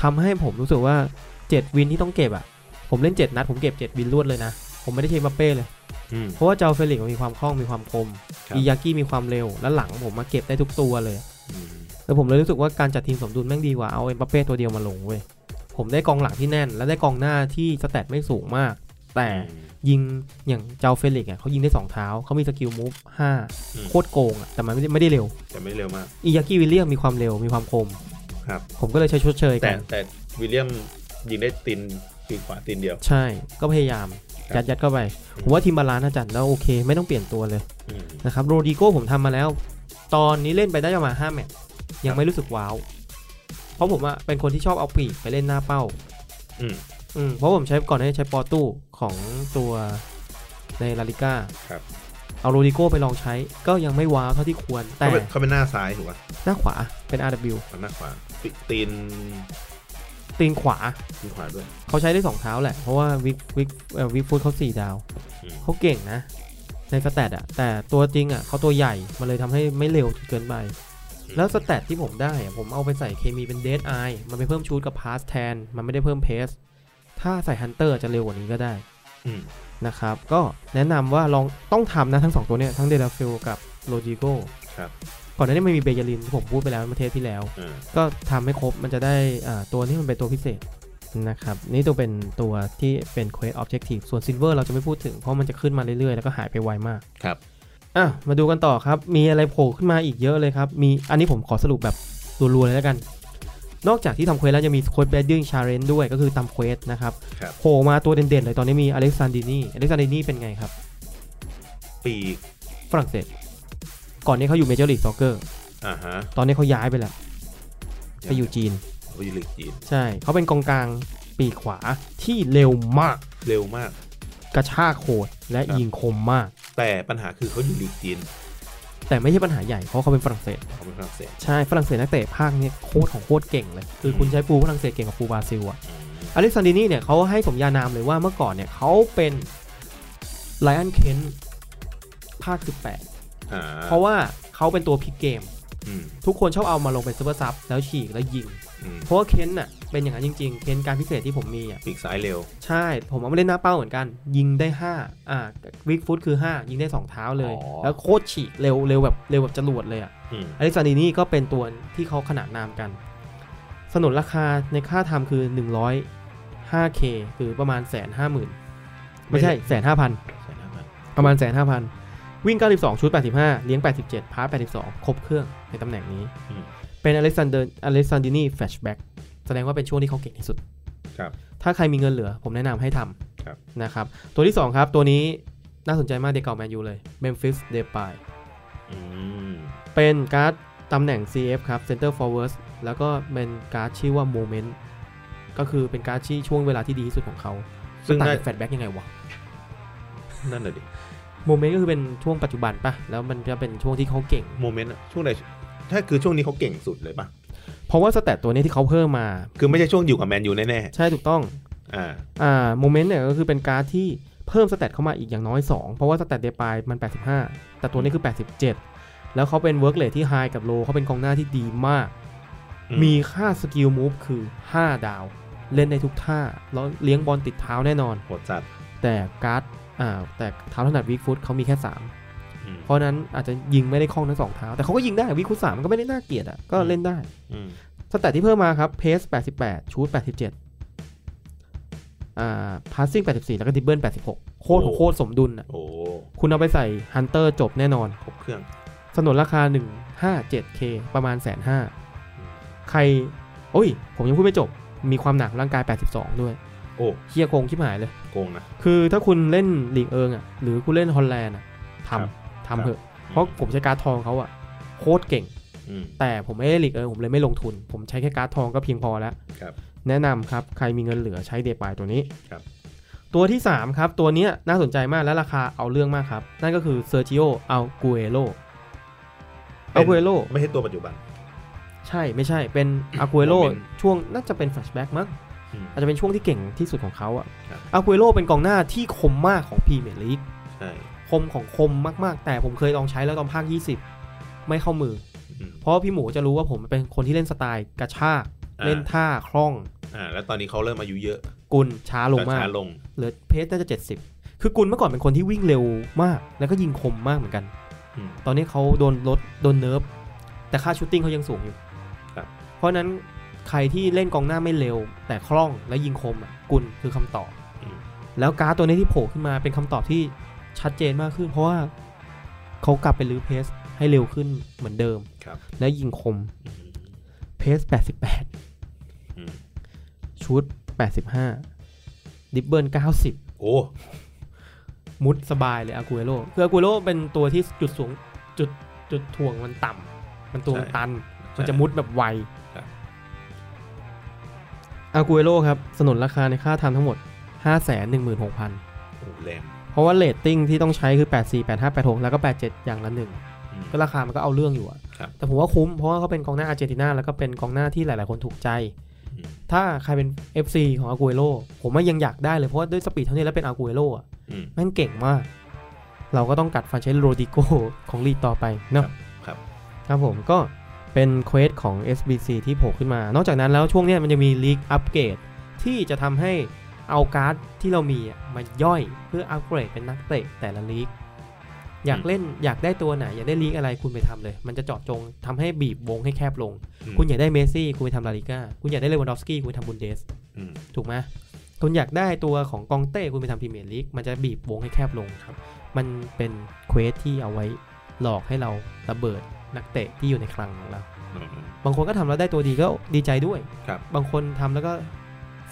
[SPEAKER 3] ทำให้ผมรู้สึกว่า 7 วินที่ต้องเก็บอ่ะ ผมเล่น 7 นัด ผมเก็บ 7 วินรวดเลยนะ ผมไม่ได้ใช้มาเป้เลย
[SPEAKER 2] อืม
[SPEAKER 3] เพราะว่าเจ้าเฟลิกซ์มันมีความคล่องมีความคม
[SPEAKER 2] ครับ
[SPEAKER 3] อิยากิมีความเร็ว แล้วหลังผมมาเก็บได้ทุกตัวเลย
[SPEAKER 2] อืม
[SPEAKER 3] แล้วผมเลยรู้สึกว่าการจัดทีมสมดุลแม่งดีกว่าเอาเอ็มบัปเป้ตัวเดียวมาลงเว้ยผมได้กองหลังที่แน่น และได้กองหน้าที่สแตทไม่สูงมาก แต่ยิงอย่างเจ้าเฟลิกซ์อ่ะเขายิงได้สองเท้าเขามีสกิลมูฟห้าโคตรโกงอ่ะแต่มันไม่ได้ไม่ได้เร็ว
[SPEAKER 2] แต่ไม่เร็วมาก
[SPEAKER 3] อิยากิวิลเลียมมีความเร็วมีความคม
[SPEAKER 2] ครับ
[SPEAKER 3] ผมก็เลยใช้ชดเชย
[SPEAKER 2] แต่
[SPEAKER 3] กัน
[SPEAKER 2] แต่วิลเลียมยิงได้ตีนปีกขวาตีนเดียว
[SPEAKER 3] ใช่ก็พยายาม
[SPEAKER 2] ครั
[SPEAKER 3] ยั
[SPEAKER 2] บ
[SPEAKER 3] ดยัดเข้าไป ผมว่าทีมบาลานซ์อาจารย์แล้วโอเค ไม่ต้องเปลี่ยนตัวเลย
[SPEAKER 2] อืม
[SPEAKER 3] นะครับโรดิโก้ผมทำมาแล้ว ตอนนี้เล่นไปได้ประมาณ5แมตช์ยังไม่รู้สึกว้าว เพราะผมอะเป็นคนที่ชอบเอาปีกไปเล่นหน้าเป้า
[SPEAKER 2] อืม
[SPEAKER 3] อืมเพราะผมใช้ก่อนหน้านี้ใช้ปอตู้ของตัวในลาลิก้า
[SPEAKER 2] ครับ
[SPEAKER 3] เอาโรดิโก้ไปลองใช้ก็ยังไม่ว้าวเท่าที่ควร แต่
[SPEAKER 2] เขาเป็นเขาเป็นหน้าซ้ายถูกป่ะ
[SPEAKER 3] หน้าขวาเป็น RW
[SPEAKER 2] เอาหน้าขวาปิตีน
[SPEAKER 3] ตีนขวา
[SPEAKER 2] ตีนขวาด้วย
[SPEAKER 3] เขาใช้ได้สองเท้าแหละ เพราะว่าวิกวิกเอ่อวิกฟูดเขาสี่ดาว
[SPEAKER 2] อืม
[SPEAKER 3] เขาเก่งนะ ในสแตทอะแต่ตัวจริงอะเขาตัวใหญ่ มันเลยทำให้ไม่เร็วเกินไป แล้วสแตทที่ผมได้อะผมเอาไปใส่เคมีเป็นเดทไอมันไปเพิ่มชูดกับพาสแทน มันไม่ได้เพิ่มเพสถ้าใส่ฮันเตอร์จะเร็วกว่านี้ก็ได้
[SPEAKER 2] อืม
[SPEAKER 3] นะครับก็แนะนำว่าลองต้องทำนะทั้ง 2 ตัวเนี่ย ทั้งเดลาฟิลกับโลจิโก
[SPEAKER 2] ครับ
[SPEAKER 3] ก่อนหน้านี้มันมีเบยาลินที่ผมพูดไปแล้วเมื่อเทปที่แล้ว
[SPEAKER 2] อ่า
[SPEAKER 3] ก็ทำให้ครบมันจะได้อ่าตัวที่มันเป็นตัวพิเศษนะครับนี่ตัวเป็นตัวที่เป็นเควสออบเจกตีฟส่วนซิลเวอร์เราจะไม่พูดถึง เพราะมันจะขึ้นมาเรื่อยๆ แล้วก็หายไปไวมาก
[SPEAKER 2] ครับ
[SPEAKER 3] อ่ะมาดูกันต่อครับ มีอะไรโผล่ขึ้นมาอีกเยอะเลยครับ มีอันนี้ผมขอสรุปแบบรัวๆเลยแล้วกัน นอกจากที่ทำเควสแล้วจะมีโค้ดแบดดิ้งชาเลนด้วยก็คือทำเควสนะครับ
[SPEAKER 2] ครับ
[SPEAKER 3] โผล่มาตัวเด่นๆเลยตอนนี้มีอเล็กซานดินีอเล็กซานดินีเป็นไงครับ
[SPEAKER 2] ปีก
[SPEAKER 3] ฝรั่งเศส ก่อนนี้เขาอยู่เมเจอร์ลีก o อ c เกอร์
[SPEAKER 2] อ่าฮะ
[SPEAKER 3] ตอนนี้เขาย้ายไปแล้ว ไปอยู่จีน
[SPEAKER 2] ไปอยู่ลีกจีน
[SPEAKER 3] ใช่ เขาเป็นกองกลางปีกขวาที่เร็วมาก
[SPEAKER 2] เร็วมาก
[SPEAKER 3] กระชากโหดและ
[SPEAKER 2] ครับ
[SPEAKER 3] ยิงคมมาก
[SPEAKER 2] แต่ปัญหาคือเขาอยู่ลีกจีน
[SPEAKER 3] แต่ไม่ใช่ปัญหาใหญ่ เพราะเขาเป็นฝรั่งเศส
[SPEAKER 2] เขาเป็นฝรั่งเศส
[SPEAKER 3] ใช่ ฝรั่งเศสนักเตะภาคเนี้โคตรของโคตรเก่งเลย คือคุณใช้ปูฝรั่งเศสเก่งกว่าปูบราซิลอะ
[SPEAKER 2] อืม
[SPEAKER 3] อเล็กซานดินีเนี่ยเขาให้สมญานามเลยว่าเมื่อก่อนเนี่ยเขาเป็นไลออนเคนภาค 18
[SPEAKER 2] อ่า
[SPEAKER 3] เพราะว่าเขาเป็นตัวพลิกเกม
[SPEAKER 2] อืม
[SPEAKER 3] ทุกคนชอบเอามาลงเป็นซูเปอร์ซับแล้วฉีกแล้วยิง
[SPEAKER 2] อืม
[SPEAKER 3] เพราะว่าเคนน่ะเป็นอย่างนั้นจริง ๆ เคนการพิเศษที่ผมมีอ่ะ
[SPEAKER 2] ปีกซ้ายเร็ว
[SPEAKER 3] ใช่ ผมเอามาเล่นหน้าเป้าเหมือนกัน ยิงได้ 5 อ่าวิกฟุตคือ 5 ยิงได้ 2 เท้าเลย
[SPEAKER 2] อ๋อ
[SPEAKER 3] แล้วโคตรฉีกเร็วเร็วแบบเร็วแบบจรวดเลยอ่ะ
[SPEAKER 2] อืม
[SPEAKER 3] อเล็กซานดินี่ก็เป็นตัวที่เขาขนาดนามกัน สนุนราคาในค่าทำคือ 105k คือประมาณแสนห้าหมื่นไม่ใช่แสนห้าพัน
[SPEAKER 2] ใช่หน้ามัน
[SPEAKER 3] ประมาณแสนห้าพันวิ่ง 92 ชุด 85 เลี้ยง 87 พาร์ท82 ครบเครื่องในตำแหน่งนี้
[SPEAKER 2] อืม
[SPEAKER 3] เป็นอเล็กซานเดอร์อเล็กซานดินีแฟชแบ็กแสดงว่าเป็นช่วงที่เขาเก่งที่สุด
[SPEAKER 2] ครับ
[SPEAKER 3] ถ้าใครมีเงินเหลือ ผมแนะนำให้ทำ
[SPEAKER 2] ครับ
[SPEAKER 3] นะครับ ตัวที่ 2 ครับ ตัวนี้น่าสนใจมากเด็กเก่าแมนยูเลยเ e มฟิสเดปาย
[SPEAKER 2] อืม
[SPEAKER 3] เป็นการ์ดตำแหน่ง CF ครับ Center Forward แล้วก็เป็นการ์ดชื่อว่า Moment ก็คือเป็นการ์ดที่ช่วงเวลาที่ดีที่สุดของเขา
[SPEAKER 2] ซึ่ง
[SPEAKER 3] ต่าง
[SPEAKER 2] น่า
[SPEAKER 3] จากแฟชแบ็กยังไงวะ
[SPEAKER 2] นั่นแหละดิ
[SPEAKER 3] โมเมนต์ก็คือเป็นช่วงปัจจุบันปะแล้วมันจะเป็นช่วงที่เขาเก่ง
[SPEAKER 2] โมเมนต์ช่วงไหนถ้าคือช่วงนี้เขาเก่งสุดเลยป่ะ
[SPEAKER 3] เพราะว่าสแตตตัวนี้ที่เขาเพิ่มมา
[SPEAKER 2] คือไม่ใช่ช่วงอยู่กับแมนยูแน่
[SPEAKER 3] ใช่ถูกต้อง
[SPEAKER 2] ๆอ่า
[SPEAKER 3] อ่าโมเมนต์เนี่ยก็คือเป็นการ์ดที่เพิ่มสเตตเข้ามาอีกอย่างน้อย 2 เพราะว่าสเตตเดปายมัน 85 แต่ตัวนี้คือ 87 แล้วเขาเป็นเวิร์กเลทที่ไฮกับโลเขาเป็นกองหน้าที่ดีมาก
[SPEAKER 2] อื
[SPEAKER 3] มีค่าสกิลมูฟคือ 5 ดาว เล่นในทุกท่า แล้วเลี้ยงบอลติดเท้าแน่นอน
[SPEAKER 2] โหดจัด
[SPEAKER 3] แต่การ์ดอ่าแต่เท้าถนัดวิกฟุตเขามีแค่
[SPEAKER 2] อืม
[SPEAKER 3] 3 เพราะนั้นอาจจะยิงไม่ได้คล่องทั้งสองเท้า แต่เขาก็ยิงได้วิกฟุตสามมันก็ไม่ได้น่าเกลียดอ่ะก็เล่นได้
[SPEAKER 2] อืม
[SPEAKER 3] สแตทที่เพิ่มมาครับเพส88 ชูด87 อ่าพาสซิ่ง84 แล้วก็ดิบเบิล86 โคตรของโคตรสมดุลอ่ะ
[SPEAKER 2] โอ้
[SPEAKER 3] คุณเอาไปใส่ฮันเตอร์จบแน่นอน
[SPEAKER 2] ครบเครื่อง
[SPEAKER 3] สนุนราคา 157k ประมาณแสนห้าใคร โอ้ย ผมยังพูดไม่จบ มีความหนักร่างกาย 82 ด้วย
[SPEAKER 2] โอ้
[SPEAKER 3] เคียโกงชิบหายเลย
[SPEAKER 2] โกงนะ
[SPEAKER 3] คือถ้าคุณเล่นลีกเอิงอ่ะ หรือคุณเล่นฮอลแลนด์อ่ะท
[SPEAKER 2] ครับ
[SPEAKER 3] ำทำเถอะ เพราะผมใช้การ์ดทองเขาอ่ะ โคตรเก่ง
[SPEAKER 2] อืม
[SPEAKER 3] แต่ผมไม่ได้ลีกเอิงผมเลยไม่ลงทุน ผมใช้แค่การ์ดทองก็เพียงพอแล้ว
[SPEAKER 2] ครับ
[SPEAKER 3] แนะนำครับ ใครมีเงินเหลือใช้เดปายตัวนี้
[SPEAKER 2] ครับ
[SPEAKER 3] ตัวที่ 3 ครับ ตัวเนี้ยน่าสนใจมากและราคาเอาเรื่องมากครับ นั่นก็คือเซอร์จิโออัลกูเอโรอัลกูเอโร
[SPEAKER 2] ไม่ใช่ตัวปัจจุบัน
[SPEAKER 3] ใช่ไม่ใช่เป็นอัลกูเอโร
[SPEAKER 2] Moment
[SPEAKER 3] ช่วงน่าจะเป็นแฟลชแบ็กมั้ง
[SPEAKER 2] อืม
[SPEAKER 3] อาจจะเป็นช่วงที่เก่งที่สุดของเขาอะ
[SPEAKER 2] ครับ
[SPEAKER 3] อัลกูเอโรเป็นกองหน้าที่คมมากของพรีเมียร์ลีก
[SPEAKER 2] ใช่
[SPEAKER 3] คมของคมมากๆ แต่ผมเคยลองใช้แล้วตอนภาค 20 ไม่เข้ามือ
[SPEAKER 2] อืม
[SPEAKER 3] เพราะว่าพี่หมูจะรู้ว่าผมเป็นคนที่เล่นสไตล์กระชากเล่นท่าคล่อง
[SPEAKER 2] อ่า แล้วตอนนี้เขาเริ่มอายุเยอะ
[SPEAKER 3] กุลช้าลงมาก
[SPEAKER 2] ช้าลง
[SPEAKER 3] เหลือเพจน่าจะ 70 คือกุลเมื่อก่อนเป็นคนที่วิ่งเร็วมาก แล้วก็ยิงคมมากเหมือนกัน
[SPEAKER 2] อืม
[SPEAKER 3] ตอนนี้เขาโดนลดโดนเนิร์ฟแต่ค่าชูตติ้งเขายังสูงอยู่
[SPEAKER 2] ครับ
[SPEAKER 3] เพราะฉะนั้นใครที่เล่นกองหน้าไม่เร็ว แต่คล่องและยิงคมอ่ะกุลคือคำตอบ
[SPEAKER 2] อืม
[SPEAKER 3] แล้วการ์ดตัวนี้ที่โผล่ขึ้นมาเป็นคำตอบที่ชัดเจนมากขึ้น เพราะว่าเขากลับไปรื้อเพจให้เร็วขึ้นเหมือนเดิม
[SPEAKER 2] ครับ
[SPEAKER 3] และยิงคม
[SPEAKER 2] อืม
[SPEAKER 3] เพจ
[SPEAKER 2] อืม
[SPEAKER 3] 88 ชุด 85 ดิบเบิล90
[SPEAKER 2] โอ้
[SPEAKER 3] มุดสบายเลยอากูเอโรคืออากูเอโรเป็นตัวที่จุดสูงจุดจุดถ่วงมันต่ำมันตัวมันตัน มันจะมุดแบบไว
[SPEAKER 2] ครับ
[SPEAKER 3] อากูเอโรครับสนุนราคาในค่าทำทั้งหมด 5 1 6 0 0 0
[SPEAKER 2] โอ้แรง
[SPEAKER 3] เพราะว่าเรตติ้งที่ต้องใช้คือ 84 85 86 แล้วก็ 87 อย่างละหนึ่ง
[SPEAKER 2] อืม
[SPEAKER 3] ก็ราคามันก็เอาเรื่องอยู่อะ
[SPEAKER 2] ครับ
[SPEAKER 3] แต่ผมว่าคุ้ม เพราะว่าเขาเป็นกองหน้าอาร์เจนตินาแล้วก็เป็นกองหน้าที่หลาย ๆ คนถูกใจ
[SPEAKER 2] อืม
[SPEAKER 3] ถ้าใครเป็น FC ของอากูเอโรผมว่ายังอยากได้เลย เพราะว่าด้วยสปีดเท่านี้แล้วเป็นอากูเอโรอะ
[SPEAKER 2] อืม
[SPEAKER 3] แม่งเก่งมาก เราก็ต้องกัดฟันใช้โรดิโกของลีดต่อไปเนาะ
[SPEAKER 2] ครับ
[SPEAKER 3] ครับผมก็เป็นเควสของ SBC ที่โผล่ขึ้นมา นอกจากนั้นแล้วช่วงเนี้ยมันจะมีลีกอัปเกรดที่จะทำให้เอาการ์ดที่เรามีอะมาย่อยเพื่ออัปเกรดเป็นนักเตะแต่ละลีก อยากเล่นอยากได้ตัวไหน อยากได้ลีกอะไรคุณไปทำเลย มันจะเจาะจงทำให้บีบวงให้แคบลง
[SPEAKER 2] อืม
[SPEAKER 3] คุณอยากได้เมสซี่คุณไปทำลาลิก้าคุณอยากได้เลวันดอฟสกี้คุณไปทำบุนเดส
[SPEAKER 2] อืม
[SPEAKER 3] ถูกไหมคุณอยากได้ตัวของกองเต้คุณไปทำพรีเมียร์ลีกมันจะบีบวงให้แคบลงครับ มันเป็นเควสที่เอาไว้หลอกให้เราระเบิดนักเตะที่อยู่ในคลังของเรา
[SPEAKER 2] อืม
[SPEAKER 3] บางคนก็ทำแล้วได้ตัวดีก็ดีใจด้วย
[SPEAKER 2] ครับ
[SPEAKER 3] บางคนทำแล้วก็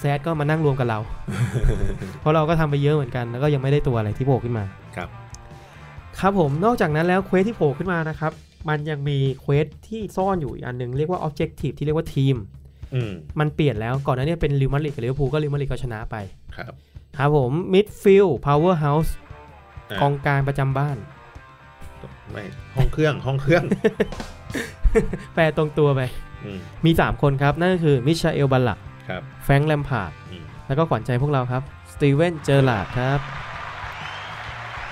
[SPEAKER 3] แซดก็มานั่งรวม กับเรา เพราะเราก็ทำไปเยอะเหมือนกัน แล้วก็ยังไม่ได้ตัวอะไรที่โผล่ขึ้นมา
[SPEAKER 2] ครับ
[SPEAKER 3] ครับผมนอกจากนั้นแล้วเควสที่โผล่ขึ้นมานะครับ มันยังมีเควสที่ซ่อนอยู่อีกอันหนึ่งเรียกว่า Objective ที่เรียกว่าทีม
[SPEAKER 2] อืม
[SPEAKER 3] มันเปลี่ยนแล้วก่อนหน้าเนี้เป็นลิวมาริกกับลิเวอร์พูลก็ลิวมาริกก็ชนะไป
[SPEAKER 2] ครับ
[SPEAKER 3] ครับผมมิดฟิลด์พาวเวอร์เฮาส์
[SPEAKER 2] ะ
[SPEAKER 3] กองกลางประจำบ้าน
[SPEAKER 2] ไม่ห้องเครื่องห้องเครื่อง
[SPEAKER 3] แปลตรงตัวไป
[SPEAKER 2] อืม
[SPEAKER 3] มี 3 คนครับ นั่นก็คือมิชาเอลบัลลัก
[SPEAKER 2] ครับ
[SPEAKER 3] แฟงแลมพาร์ด
[SPEAKER 2] อืม
[SPEAKER 3] แล้วก็ขวัญใจพวกเราครับสตีเวนเจอร์ลาดครับ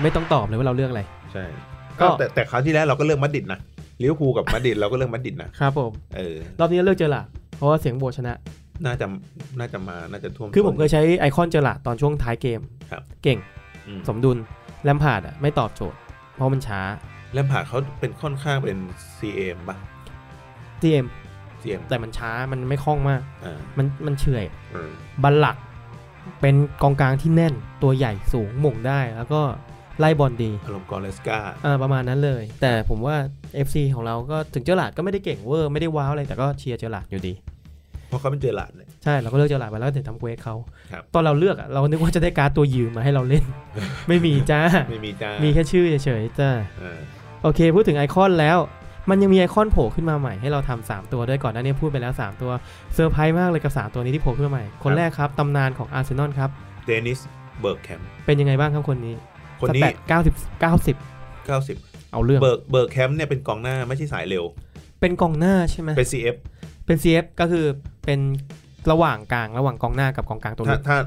[SPEAKER 3] ไม่ต้องตอบเลยว่าเราเลือกอะไร
[SPEAKER 2] ใช่
[SPEAKER 3] ก็
[SPEAKER 2] ก็แต่แต่คราวที่แล้วเราก็เลือกมัดดิดนะลิเวอร์พูลกับมัดดิดเราก็เลือกมัดดิดนะครับ
[SPEAKER 3] ผม
[SPEAKER 2] เออ
[SPEAKER 3] รอบนี้เลือกเจอร์ลาดเพราะว่าเสียงโบชนะ
[SPEAKER 2] น่าจะน่าจะมาน่าจะท่วม
[SPEAKER 3] คือผมเคยใช้ไอคอนเจอร์ลาดตอนช่วงท้ายเกม
[SPEAKER 2] ครับ
[SPEAKER 3] เก่ง
[SPEAKER 2] อืม
[SPEAKER 3] สมดุลแลมพาร์ดอ่ะไม่ตอบโจทย์ เพราะมันช้า
[SPEAKER 2] แลมพาร์ดเขาเป็นค่อนข้างเป็น CM ป่ะ
[SPEAKER 3] ทีเอ็ม
[SPEAKER 2] CM
[SPEAKER 3] แต่มันช้ามันไม่คล่องมาก
[SPEAKER 2] อ่า
[SPEAKER 3] มันมันเฉื่อย
[SPEAKER 2] อืม
[SPEAKER 3] บัลลักเป็นกองกลางที่แน่นตัวใหญ่สูงหม่งได้แล้วก็ไล่บอลดี
[SPEAKER 2] อารมณ์กอร์เลสกา
[SPEAKER 3] เอ่อประมาณนั้นเลย แต่ผมว่า FC ของเราก็ถึงเจอหลาดก็ไม่ได้เก่งเวอร์ไม่ได้ว้าวอะไรแต่ก็เชียร์เจอหลาดอยู่ดี
[SPEAKER 2] เพราะเขาเป็นเจอหลาดเนี่ย
[SPEAKER 3] ใช่เราก็เลือกเจอหลาดไปแล้วก็ถึงทำเควสเขา
[SPEAKER 2] ครับ
[SPEAKER 3] ตอนเราเลือกอะเรานึกว่าจะได้การ์ดตัวยืมมาให้เราเล่น ไม่มีจ้า
[SPEAKER 2] ไม่มีจ้า
[SPEAKER 3] มี
[SPEAKER 2] มี
[SPEAKER 3] แค่ชื่อเฉยๆจ้าโอเค พูดถึงไอคอนแล้ว มันยังมีไอคอนโผล่ขึ้นมาใหม่ให้เราทำสามตัวด้วยก่อนหน้านี้พูดไปแล้วสามตัวเซอร์ไพรส์มากเลยกับสามตัวนี้ที่โผล่ขึ้นมาใหม่คนแรกครับตำนานของอาร์เซนอลครับ
[SPEAKER 2] เดนิสเบิร์กแคมป์
[SPEAKER 3] เป็นยังไงบ้างครับคนนี้
[SPEAKER 2] คนนี้
[SPEAKER 3] สแตท90
[SPEAKER 2] 90
[SPEAKER 3] 90 เอาเรื่อง
[SPEAKER 2] เบิร์กเบิร์กแคมป์เนี่ยเป็นกองหน้าไม่ใช่สายเร็ว
[SPEAKER 3] เป็นกองหน้าใช่ไหม
[SPEAKER 2] เป็น CF
[SPEAKER 3] เป็น CF ก็คือเป็นระหว่างกลางระหว่างกองหน้ากับกองกลางตัว
[SPEAKER 2] ถ้า
[SPEAKER 3] ลึก
[SPEAKER 2] ถ้า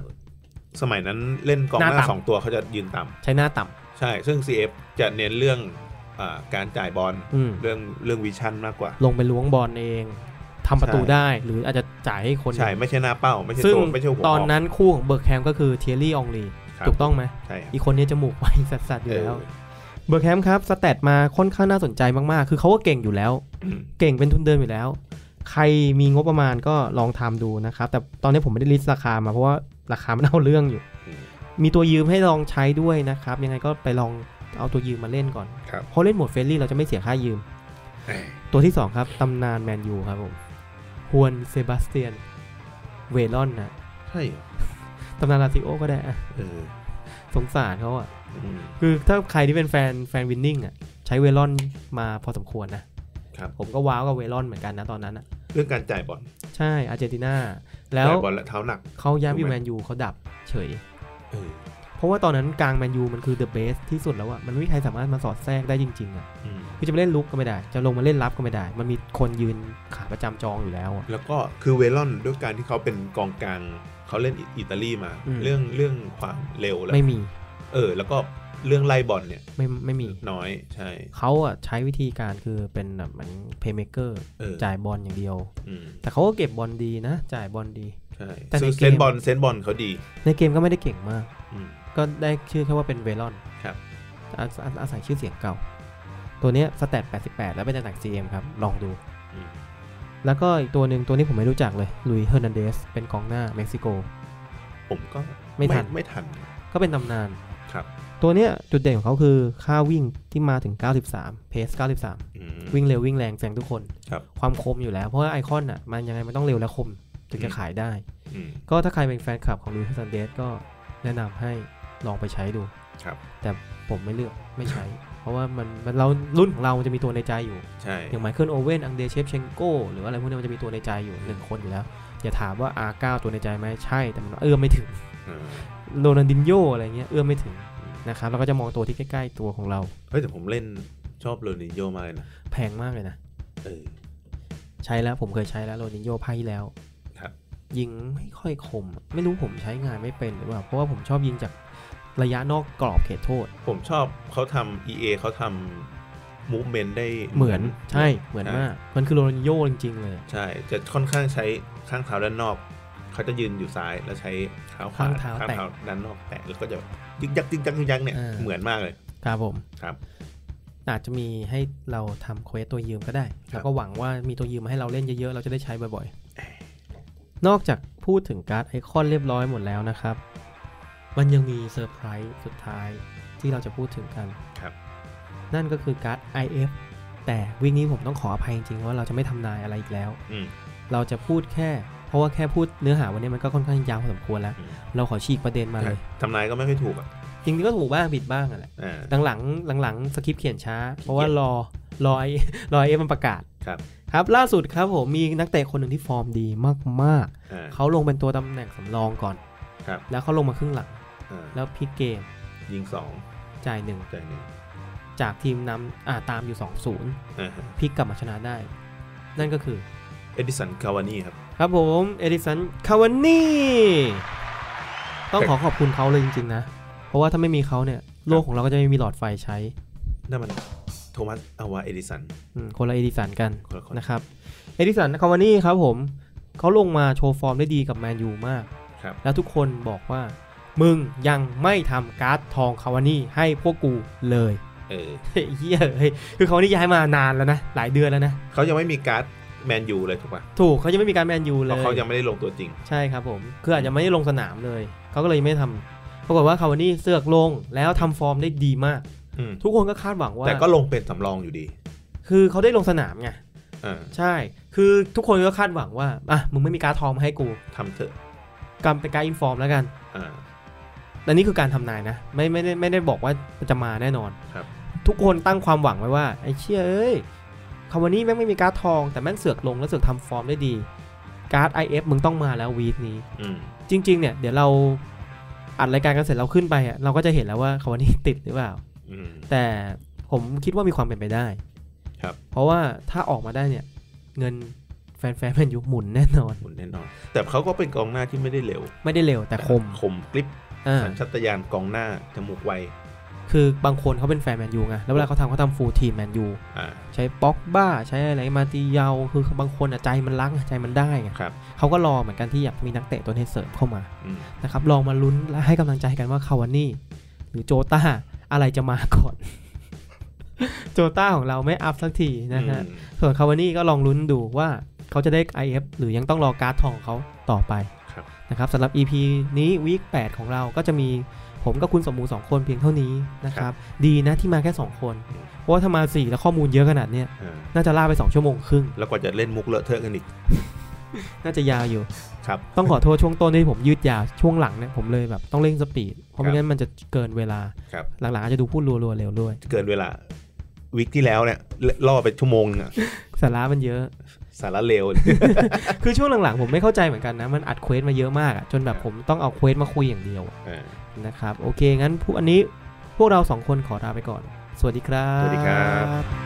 [SPEAKER 2] สมัยนั้นเล่นกองห
[SPEAKER 3] ห
[SPEAKER 2] น้า
[SPEAKER 3] น้าต่ำ
[SPEAKER 2] สองตัวเขาจะยืนต่ำ
[SPEAKER 3] ใช้หน้าต่ำ
[SPEAKER 2] ใช่ ซึ่ง CF จะเน้นเรื่องอาการจ่ายบอล
[SPEAKER 3] อืม
[SPEAKER 2] เรื่องเรื่องวิชั่นมากกว่า
[SPEAKER 3] ลงไปล้วงบอลเองทำประตู
[SPEAKER 2] ใช่
[SPEAKER 3] ได้หรืออาจจะจ่ายให้คน
[SPEAKER 2] ใช่ ไม่ใช่หน้าเป้า ไม่ใช่
[SPEAKER 3] ซึ่ง
[SPEAKER 2] ตัวไม่ใช่หัว
[SPEAKER 3] ตอน
[SPEAKER 2] ก
[SPEAKER 3] นั้นคู่ของเบิร์กแฮมก็คือเทียรี่องลี
[SPEAKER 2] ครับ
[SPEAKER 3] ถูกต้องไหม
[SPEAKER 2] ใช่ครับ
[SPEAKER 3] อีกคนนี้จมูกไวสัสๆอยู่แล้ว
[SPEAKER 2] เออ
[SPEAKER 3] เบิร์กแฮมครับสแตทมาค่อนข้างน่าสนใจมากๆ คือเขาก็เก่งอยู่ แล้ว
[SPEAKER 2] อืม
[SPEAKER 3] เก่งเป็นทุนเดิมอยู่แล้ว ใครมีงบประมาณก็ลองทำดูนะครับ แต่ตอนนี้ผมไม่ได้ลิสต์ราคามาเพราะว่าราคามันเอาเรื่องอยู่ มีตัวยืมให้ลองใช้ด้วยนะครับ ยังไงก็ไปลองเอาตัวยืมมาเล่นก่อน
[SPEAKER 2] ครับ
[SPEAKER 3] เพราะเล่นหมดเฟรนลี่เราจะไม่เสียค่ายืม
[SPEAKER 2] เอ้ย
[SPEAKER 3] ตัวที่ 2 ครับ ตำนานแมนยูครับผมฮวนเซบาสเตียน เวลอนนะ
[SPEAKER 2] ใช่เหรอ
[SPEAKER 3] ตำนานลาซิโอก็ได้อะ
[SPEAKER 2] เออ
[SPEAKER 3] สงสารเขาอะ
[SPEAKER 2] อืม
[SPEAKER 3] คือถ้าใครที่เป็นแฟนแฟนวินนิ่งอะใช้เวลอนมาพอสมควรนะครับ ผมก็ว้าวกับเวลอนเหมือนกันนะตอนนั้นอะ
[SPEAKER 2] เรื่องการจ่ายบอล
[SPEAKER 3] ใช่อาร์เจนตินาแล้ว
[SPEAKER 2] จ่ายบอลและเท้าหนัก
[SPEAKER 3] เขาย้ายไป
[SPEAKER 2] ถูกไหม
[SPEAKER 3] แมนยูเขาดับเฉย
[SPEAKER 2] เออ
[SPEAKER 3] เพราะว่าตอนนั้นกลางแมนยูมันคือเดอะเบสที่สุดแล้วอะมันไม่มีใครสามารถมาสอดแทรกได้จริงๆอะ
[SPEAKER 2] อืม
[SPEAKER 3] คือจะไปเล่นลุกก็ไม่ได้ จะลงมาเล่นรับก็ไม่ได้ มันมีคนยืนขาประจำจองอยู่แล้วอะ
[SPEAKER 2] แล้วก็คือเวลอนด้วยการที่เขาเป็นกองกลางเขาเล่นอิอิตาลีมา
[SPEAKER 3] อืม
[SPEAKER 2] เรื่องเรื่องความเร็วแล้ว
[SPEAKER 3] ไม่มี
[SPEAKER 2] เออ แล้วก็เรื่องไล่บอลเนี่ย
[SPEAKER 3] ไม่ไม่มี
[SPEAKER 2] น้อยใช่
[SPEAKER 3] เขาอะใช้วิธีการคือเป็นแบบเหมือนเพย์เมเกอร์
[SPEAKER 2] เออ
[SPEAKER 3] จ่ายบอลอย่างเดียว
[SPEAKER 2] อืม
[SPEAKER 3] แต่เขาก็เก็บบอลดีนะ จ่ายบอลดี
[SPEAKER 2] ใช่
[SPEAKER 3] แต่ใน
[SPEAKER 2] ซึ่ง
[SPEAKER 3] เก
[SPEAKER 2] เซ
[SPEAKER 3] ม
[SPEAKER 2] นส์บอลเซนส์บอลเขาดี
[SPEAKER 3] ในเกมก็ไม่ได้เก่งมาก
[SPEAKER 2] อืม
[SPEAKER 3] ก็ได้ชื่อแค่ว่าเป็นเวลอน
[SPEAKER 2] ครับ
[SPEAKER 3] อาอาอาศัยชื่อเสียงเก่า ตัวเนี้ยสแตท88 แล้วเป็นตำแหน่ง CM ครับ ลองดู
[SPEAKER 2] อืม
[SPEAKER 3] แล้วก็อีกตัวหนึ่งตัวนี้ผมไม่รู้จักเลยลุยเฮอร์นันเดสเป็นกองหน้าเม็กซิโก
[SPEAKER 2] ผมก็
[SPEAKER 3] ไม่ทัน
[SPEAKER 2] ไม่ทัน
[SPEAKER 3] ก็เป็นตำนาน
[SPEAKER 2] ครับ
[SPEAKER 3] ตัวเนี้ยจุดเด่นของเขาคือค่าวิ่งที่มาถึง 93 เพส 93
[SPEAKER 2] อืม
[SPEAKER 3] วิ่งเร็ววิ่งแรงแซงทุกคน
[SPEAKER 2] ครับ
[SPEAKER 3] ความคมอยู่แล้ว เพราะว่าไอคอนอ่ะมันยังไงมันต้องเร็วและคม ถึงจะ
[SPEAKER 2] อืม
[SPEAKER 3] ขายได้
[SPEAKER 2] อืม
[SPEAKER 3] ก็ถ้าใครเป็นแฟนคลับของลุยเฮอร์นันเดสก็แนะนำให้ลองไปใช้ดู
[SPEAKER 2] ครับ
[SPEAKER 3] แต่ผมไม่เลือกไม่ใช้ เพราะว่ามันมันเรารุ่นของเรามันจะมีตัวในใจอยู่
[SPEAKER 2] ใช่
[SPEAKER 3] อย่างไมเคิลโอเว่นอังเดเชฟเชงโกหรืออะไรพวกเนี้ยมันจะมีตัวในใจอยู่หนึ่งคนอยู่แล้ว อย่าถามว่า R9 ตัวในใจไหมใช่แต่มันเอื้อมไม่ถึง
[SPEAKER 2] อ่า
[SPEAKER 3] โรนันดินโยอะไรเงี้ยเอื้อมไม่ถึงนะครับเราก็จะมองตัวที่ใกล้ ๆ ตัวของเรา
[SPEAKER 2] เฮ้ยแต่ผมเล่นชอบโรนินโยมากเลยนะ
[SPEAKER 3] แพงมากเลยนะ
[SPEAKER 2] เออ
[SPEAKER 3] ใช้แล้วผมเคยใช้แล้วโรนินโยไพ่แล้ว
[SPEAKER 2] ครับ
[SPEAKER 3] ยิงไม่ค่อยคมอะไม่รู้ผมใช้งานไม่เป็นหรือเปล่าเพราะว่าผมชอบยิงจากระยะนอกกรอบเขตโทษ
[SPEAKER 2] ผมชอบเขาทำ EA เขาทำมูเมนต์ได้
[SPEAKER 3] เหมือนใช่เหมือนมาก มันคือโรนินโยจริง ๆ เลย
[SPEAKER 2] ใช่ จะค่อนข้างใช้ข้างเท้าด้านนอก เขาจะยืนอยู่ซ้ายแล้วใช้เท้าขวา
[SPEAKER 3] ข้างเท้าแตะ
[SPEAKER 2] ด้านนอกแตะแล้วก็จะยึกยักยึกยักยึกยักเนี่ย
[SPEAKER 3] อ่า
[SPEAKER 2] เหมือนมากเลย
[SPEAKER 3] ครับผม
[SPEAKER 2] ครับ
[SPEAKER 3] อาจจะมีให้เราทำเควสตัวยืมก็ได้
[SPEAKER 2] ครับ
[SPEAKER 3] แล้วก็หวังว่ามีตัวยืมมาให้เราเล่นเยอะ ๆ เราจะได้ใช้บ่อย ๆ นอกจากพูดถึงการ์ดไอคอนเรียบร้อยหมดแล้วนะครับ มันยังมีเซอร์ไพรส์สุดท้ายที่เราจะพูดถึงกัน
[SPEAKER 2] ครับ
[SPEAKER 3] นั่นก็คือการ์ด IF แต่วีคนี้ผมต้องขออภัยจริงๆว่าเราจะไม่ทำนายอะไรอีกแล้ว
[SPEAKER 2] อืม
[SPEAKER 3] เราจะพูดแค่ เพราะว่าแค่พูดเนื้อหาวันนี้มันก็ค่อนข้างยาวพอสมควรแล้ว
[SPEAKER 2] อืม
[SPEAKER 3] เราขอฉีกประเด็นมาเลย
[SPEAKER 2] ทำนายก็ไม่ค่อยถูกอ่ะ
[SPEAKER 3] จริงๆก็ถูกบ้างผิดบ้างอะแหละ
[SPEAKER 2] อ่า
[SPEAKER 3] หลังๆหลังๆสคริปต์เขียนช้า เพราะว่า
[SPEAKER 2] เขียน
[SPEAKER 3] รอรอไอ้ รอไอ้มันประกาศ
[SPEAKER 2] ครับ
[SPEAKER 3] ครับล่าสุดครับผมมีนักเตะคนหนึ่งที่ฟอร์มดีมาก
[SPEAKER 2] อ่า
[SPEAKER 3] ๆ เขาลงเป็นตัวตำแหน่งสำรองก่อน
[SPEAKER 2] ครับ
[SPEAKER 3] แล้วเขาลงมาครึ่งหลัง
[SPEAKER 2] อ่า
[SPEAKER 3] แล้วพลิกเกม
[SPEAKER 2] ยิงสอง
[SPEAKER 3] จ่ายหนึ่ง
[SPEAKER 2] ใจหนึ่ง
[SPEAKER 3] จากทีมนำอ่าตามอยู่ 2-0
[SPEAKER 2] อ่าฮะ
[SPEAKER 3] พลิกกลับมาชนะได้ นั่นก็คือ
[SPEAKER 2] เอ็ดดิสันคาวานี่ครับ
[SPEAKER 3] ครับผมเอดิสันคาวานี่ต้องขอขอบคุณเขาเลยจริง ๆ นะ เพราะว่าถ้าไม่มีเขาเนี่ยโลกของเราก็จะไม่มีหลอดไฟใช้
[SPEAKER 2] นั่นมันโทมัสอาวาเอดิสัน
[SPEAKER 3] อืมคนละเอดิสันกัน
[SPEAKER 2] คนละคน
[SPEAKER 3] นะครับ เอดิสัน คาวานี่ครับผม เขาลงมาโชว์ฟอร์มได้ดีกับแมนยูมาก
[SPEAKER 2] ครับ
[SPEAKER 3] แล้วทุกคนบอกว่า มึงยังไม่ทำการ์ดทองคาวานี่ให้พวกกูเลย
[SPEAKER 2] เออ
[SPEAKER 3] เฮยเหียเฮ้ย คือเขานี่ย้ายมานานแล้วนะ หลายเดือนแล้วนะ
[SPEAKER 2] เขายังไม่มีการ์ดแมนยูเลยถูกป่ะ
[SPEAKER 3] ถูกเขายังไม่มีการแมนยู
[SPEAKER 2] เพ
[SPEAKER 3] เล
[SPEAKER 2] ราะ
[SPEAKER 3] ย
[SPEAKER 2] เขายังไม่ได้ลงตัวจริง
[SPEAKER 3] ใช่ครับผม คืออาจจะไม่ได้ลงสนามเลย เขาก็เลยไม่ทำปรากฏว่าคาวานี่เสือกลงแล้วทำฟอร์มได้ดีมาก
[SPEAKER 2] อืม
[SPEAKER 3] ทุกคนก็คาดหวังว่า
[SPEAKER 2] แต่ก็ลงเป็นสำรองอยู่ดี
[SPEAKER 3] คือเขาได้ลงสนามไง
[SPEAKER 2] อ่า
[SPEAKER 3] ใช่ คือทุกคนก็คาดหวังว่า อ่ะ มึงไม่มีการดทองมาให้กู
[SPEAKER 2] ทำเถอะ
[SPEAKER 3] กำเป็นการดอินฟอร์มแล้วกัน
[SPEAKER 2] อ่า
[SPEAKER 3] และนี่คือการทำนายนะ ไม่ไม่ได้ไม่ได้บอกว่าจะมาแน่นอน
[SPEAKER 2] ครับ
[SPEAKER 3] ทุกคนตั้งความหวังไว้ว่า ไอ้เชี่ยเอ้ยคาวานี่แม่งไม่มีการ์ดทองแต่แม่งเสือกลงแล้วเสือกทำฟอร์มได้ดี การ์ด IF มึงต้องมาแล้ววีคนี้
[SPEAKER 2] อืม
[SPEAKER 3] จริง ๆ เนี่ย เดี๋ยวเราอัดรายการกันเสร็จเราขึ้นไปอะเราก็จะเห็นแล้วว่าคาวานี่ ติดหรือเปล่า
[SPEAKER 2] อืม
[SPEAKER 3] แต่ผมคิดว่ามีความเป็นไปได้
[SPEAKER 2] ครับ
[SPEAKER 3] เพราะว่าถ้าออกมาได้เนี่ยเงินแฟนๆแมนยูหมุนแน่นอน
[SPEAKER 2] หมุนแน่นอน แต่เขาก็เป็นกองหน้าที่ไม่ได้เร็ว
[SPEAKER 3] ไม่ได้เร็วแต่คม
[SPEAKER 2] คมกริป
[SPEAKER 3] อ่า
[SPEAKER 2] สัญชาตญาณกองหน้าจมูกไว
[SPEAKER 3] คือบางคนเขาเป็นแฟนแมนยูไง แล้วเวลาเขาทำเขาทำฟูลทีมแมนยู
[SPEAKER 2] อ่า
[SPEAKER 3] ใช้ป็อกบ้า ใช้อะไรมาติเยา คือบางคนอะใจมันรักอะใจมันได้ไง
[SPEAKER 2] ครับ
[SPEAKER 3] เขาก็รอเหมือนกันที่อยากมีนักเตะตัวนี้เสริมเข้ามา
[SPEAKER 2] อืม
[SPEAKER 3] นะครับ ลองมาลุ้นและให้กำลังใจกันว่าคาวานี่ หรือโจต้า อะไรจะมาก่อน โจต้าของเราไม่อัพสักทีนะฮะ
[SPEAKER 2] อืม
[SPEAKER 3] ส่วนคาวานี่ก็ลองลุ้นดูว่าเขาจะได้ IF หรือยังต้องรอการ์ดทองของเขาต่อไป
[SPEAKER 2] ครับ
[SPEAKER 3] นะครับสำหรับ EP นี้วีค8ของเราก็จะมีผมกับคุณสมบูรณ์2คนเพียงเท่านี้นะค
[SPEAKER 2] ครั
[SPEAKER 3] รับ
[SPEAKER 2] บ
[SPEAKER 3] ดีนะที่มาแค่ 2 คน
[SPEAKER 2] อืม
[SPEAKER 3] เพราะว่าถ้ามา 4 แล้วข้อมูลเยอะขนาดเนี้ย
[SPEAKER 2] อ่า
[SPEAKER 3] น่าจะล่ากไป 2 ชั่วโมงครึ่ง
[SPEAKER 2] แล้วกว่าจะเล่นมุกเลอะเทอะกันอีก
[SPEAKER 3] น่าจะยาวอยู่
[SPEAKER 2] ครับ
[SPEAKER 3] ต้องขอโทษช่วงต้นที่ผมยืดยาวช่วงหลังเนี่ยผมเลยแบบต้องเร่งสปีด เพราะไม่งั้นมันจะเกินเวลา
[SPEAKER 2] ครับ
[SPEAKER 3] หลังๆอาจจะดูพูดรัวๆเร็วด้วย
[SPEAKER 2] เกินเวลาวิกที่แล้วเนี่ยล่อไปชั่วโมงนึงอะ
[SPEAKER 3] สาระมันเยอะ
[SPEAKER 2] สาระเลว
[SPEAKER 3] คือช่วงหลังๆผมไม่เข้าใจเหมือนกันนะมันอัดเควสมาเยอะมากอะจนแบบผมต้องเอาเควสมาคุยอย่างเดียว
[SPEAKER 2] อ่า
[SPEAKER 3] นะครับโอเคงั้นพวกอันนี้พวกเราสองคนขอลาไปก่อน สวัสดีครับ
[SPEAKER 2] สวัสดีครั
[SPEAKER 3] บ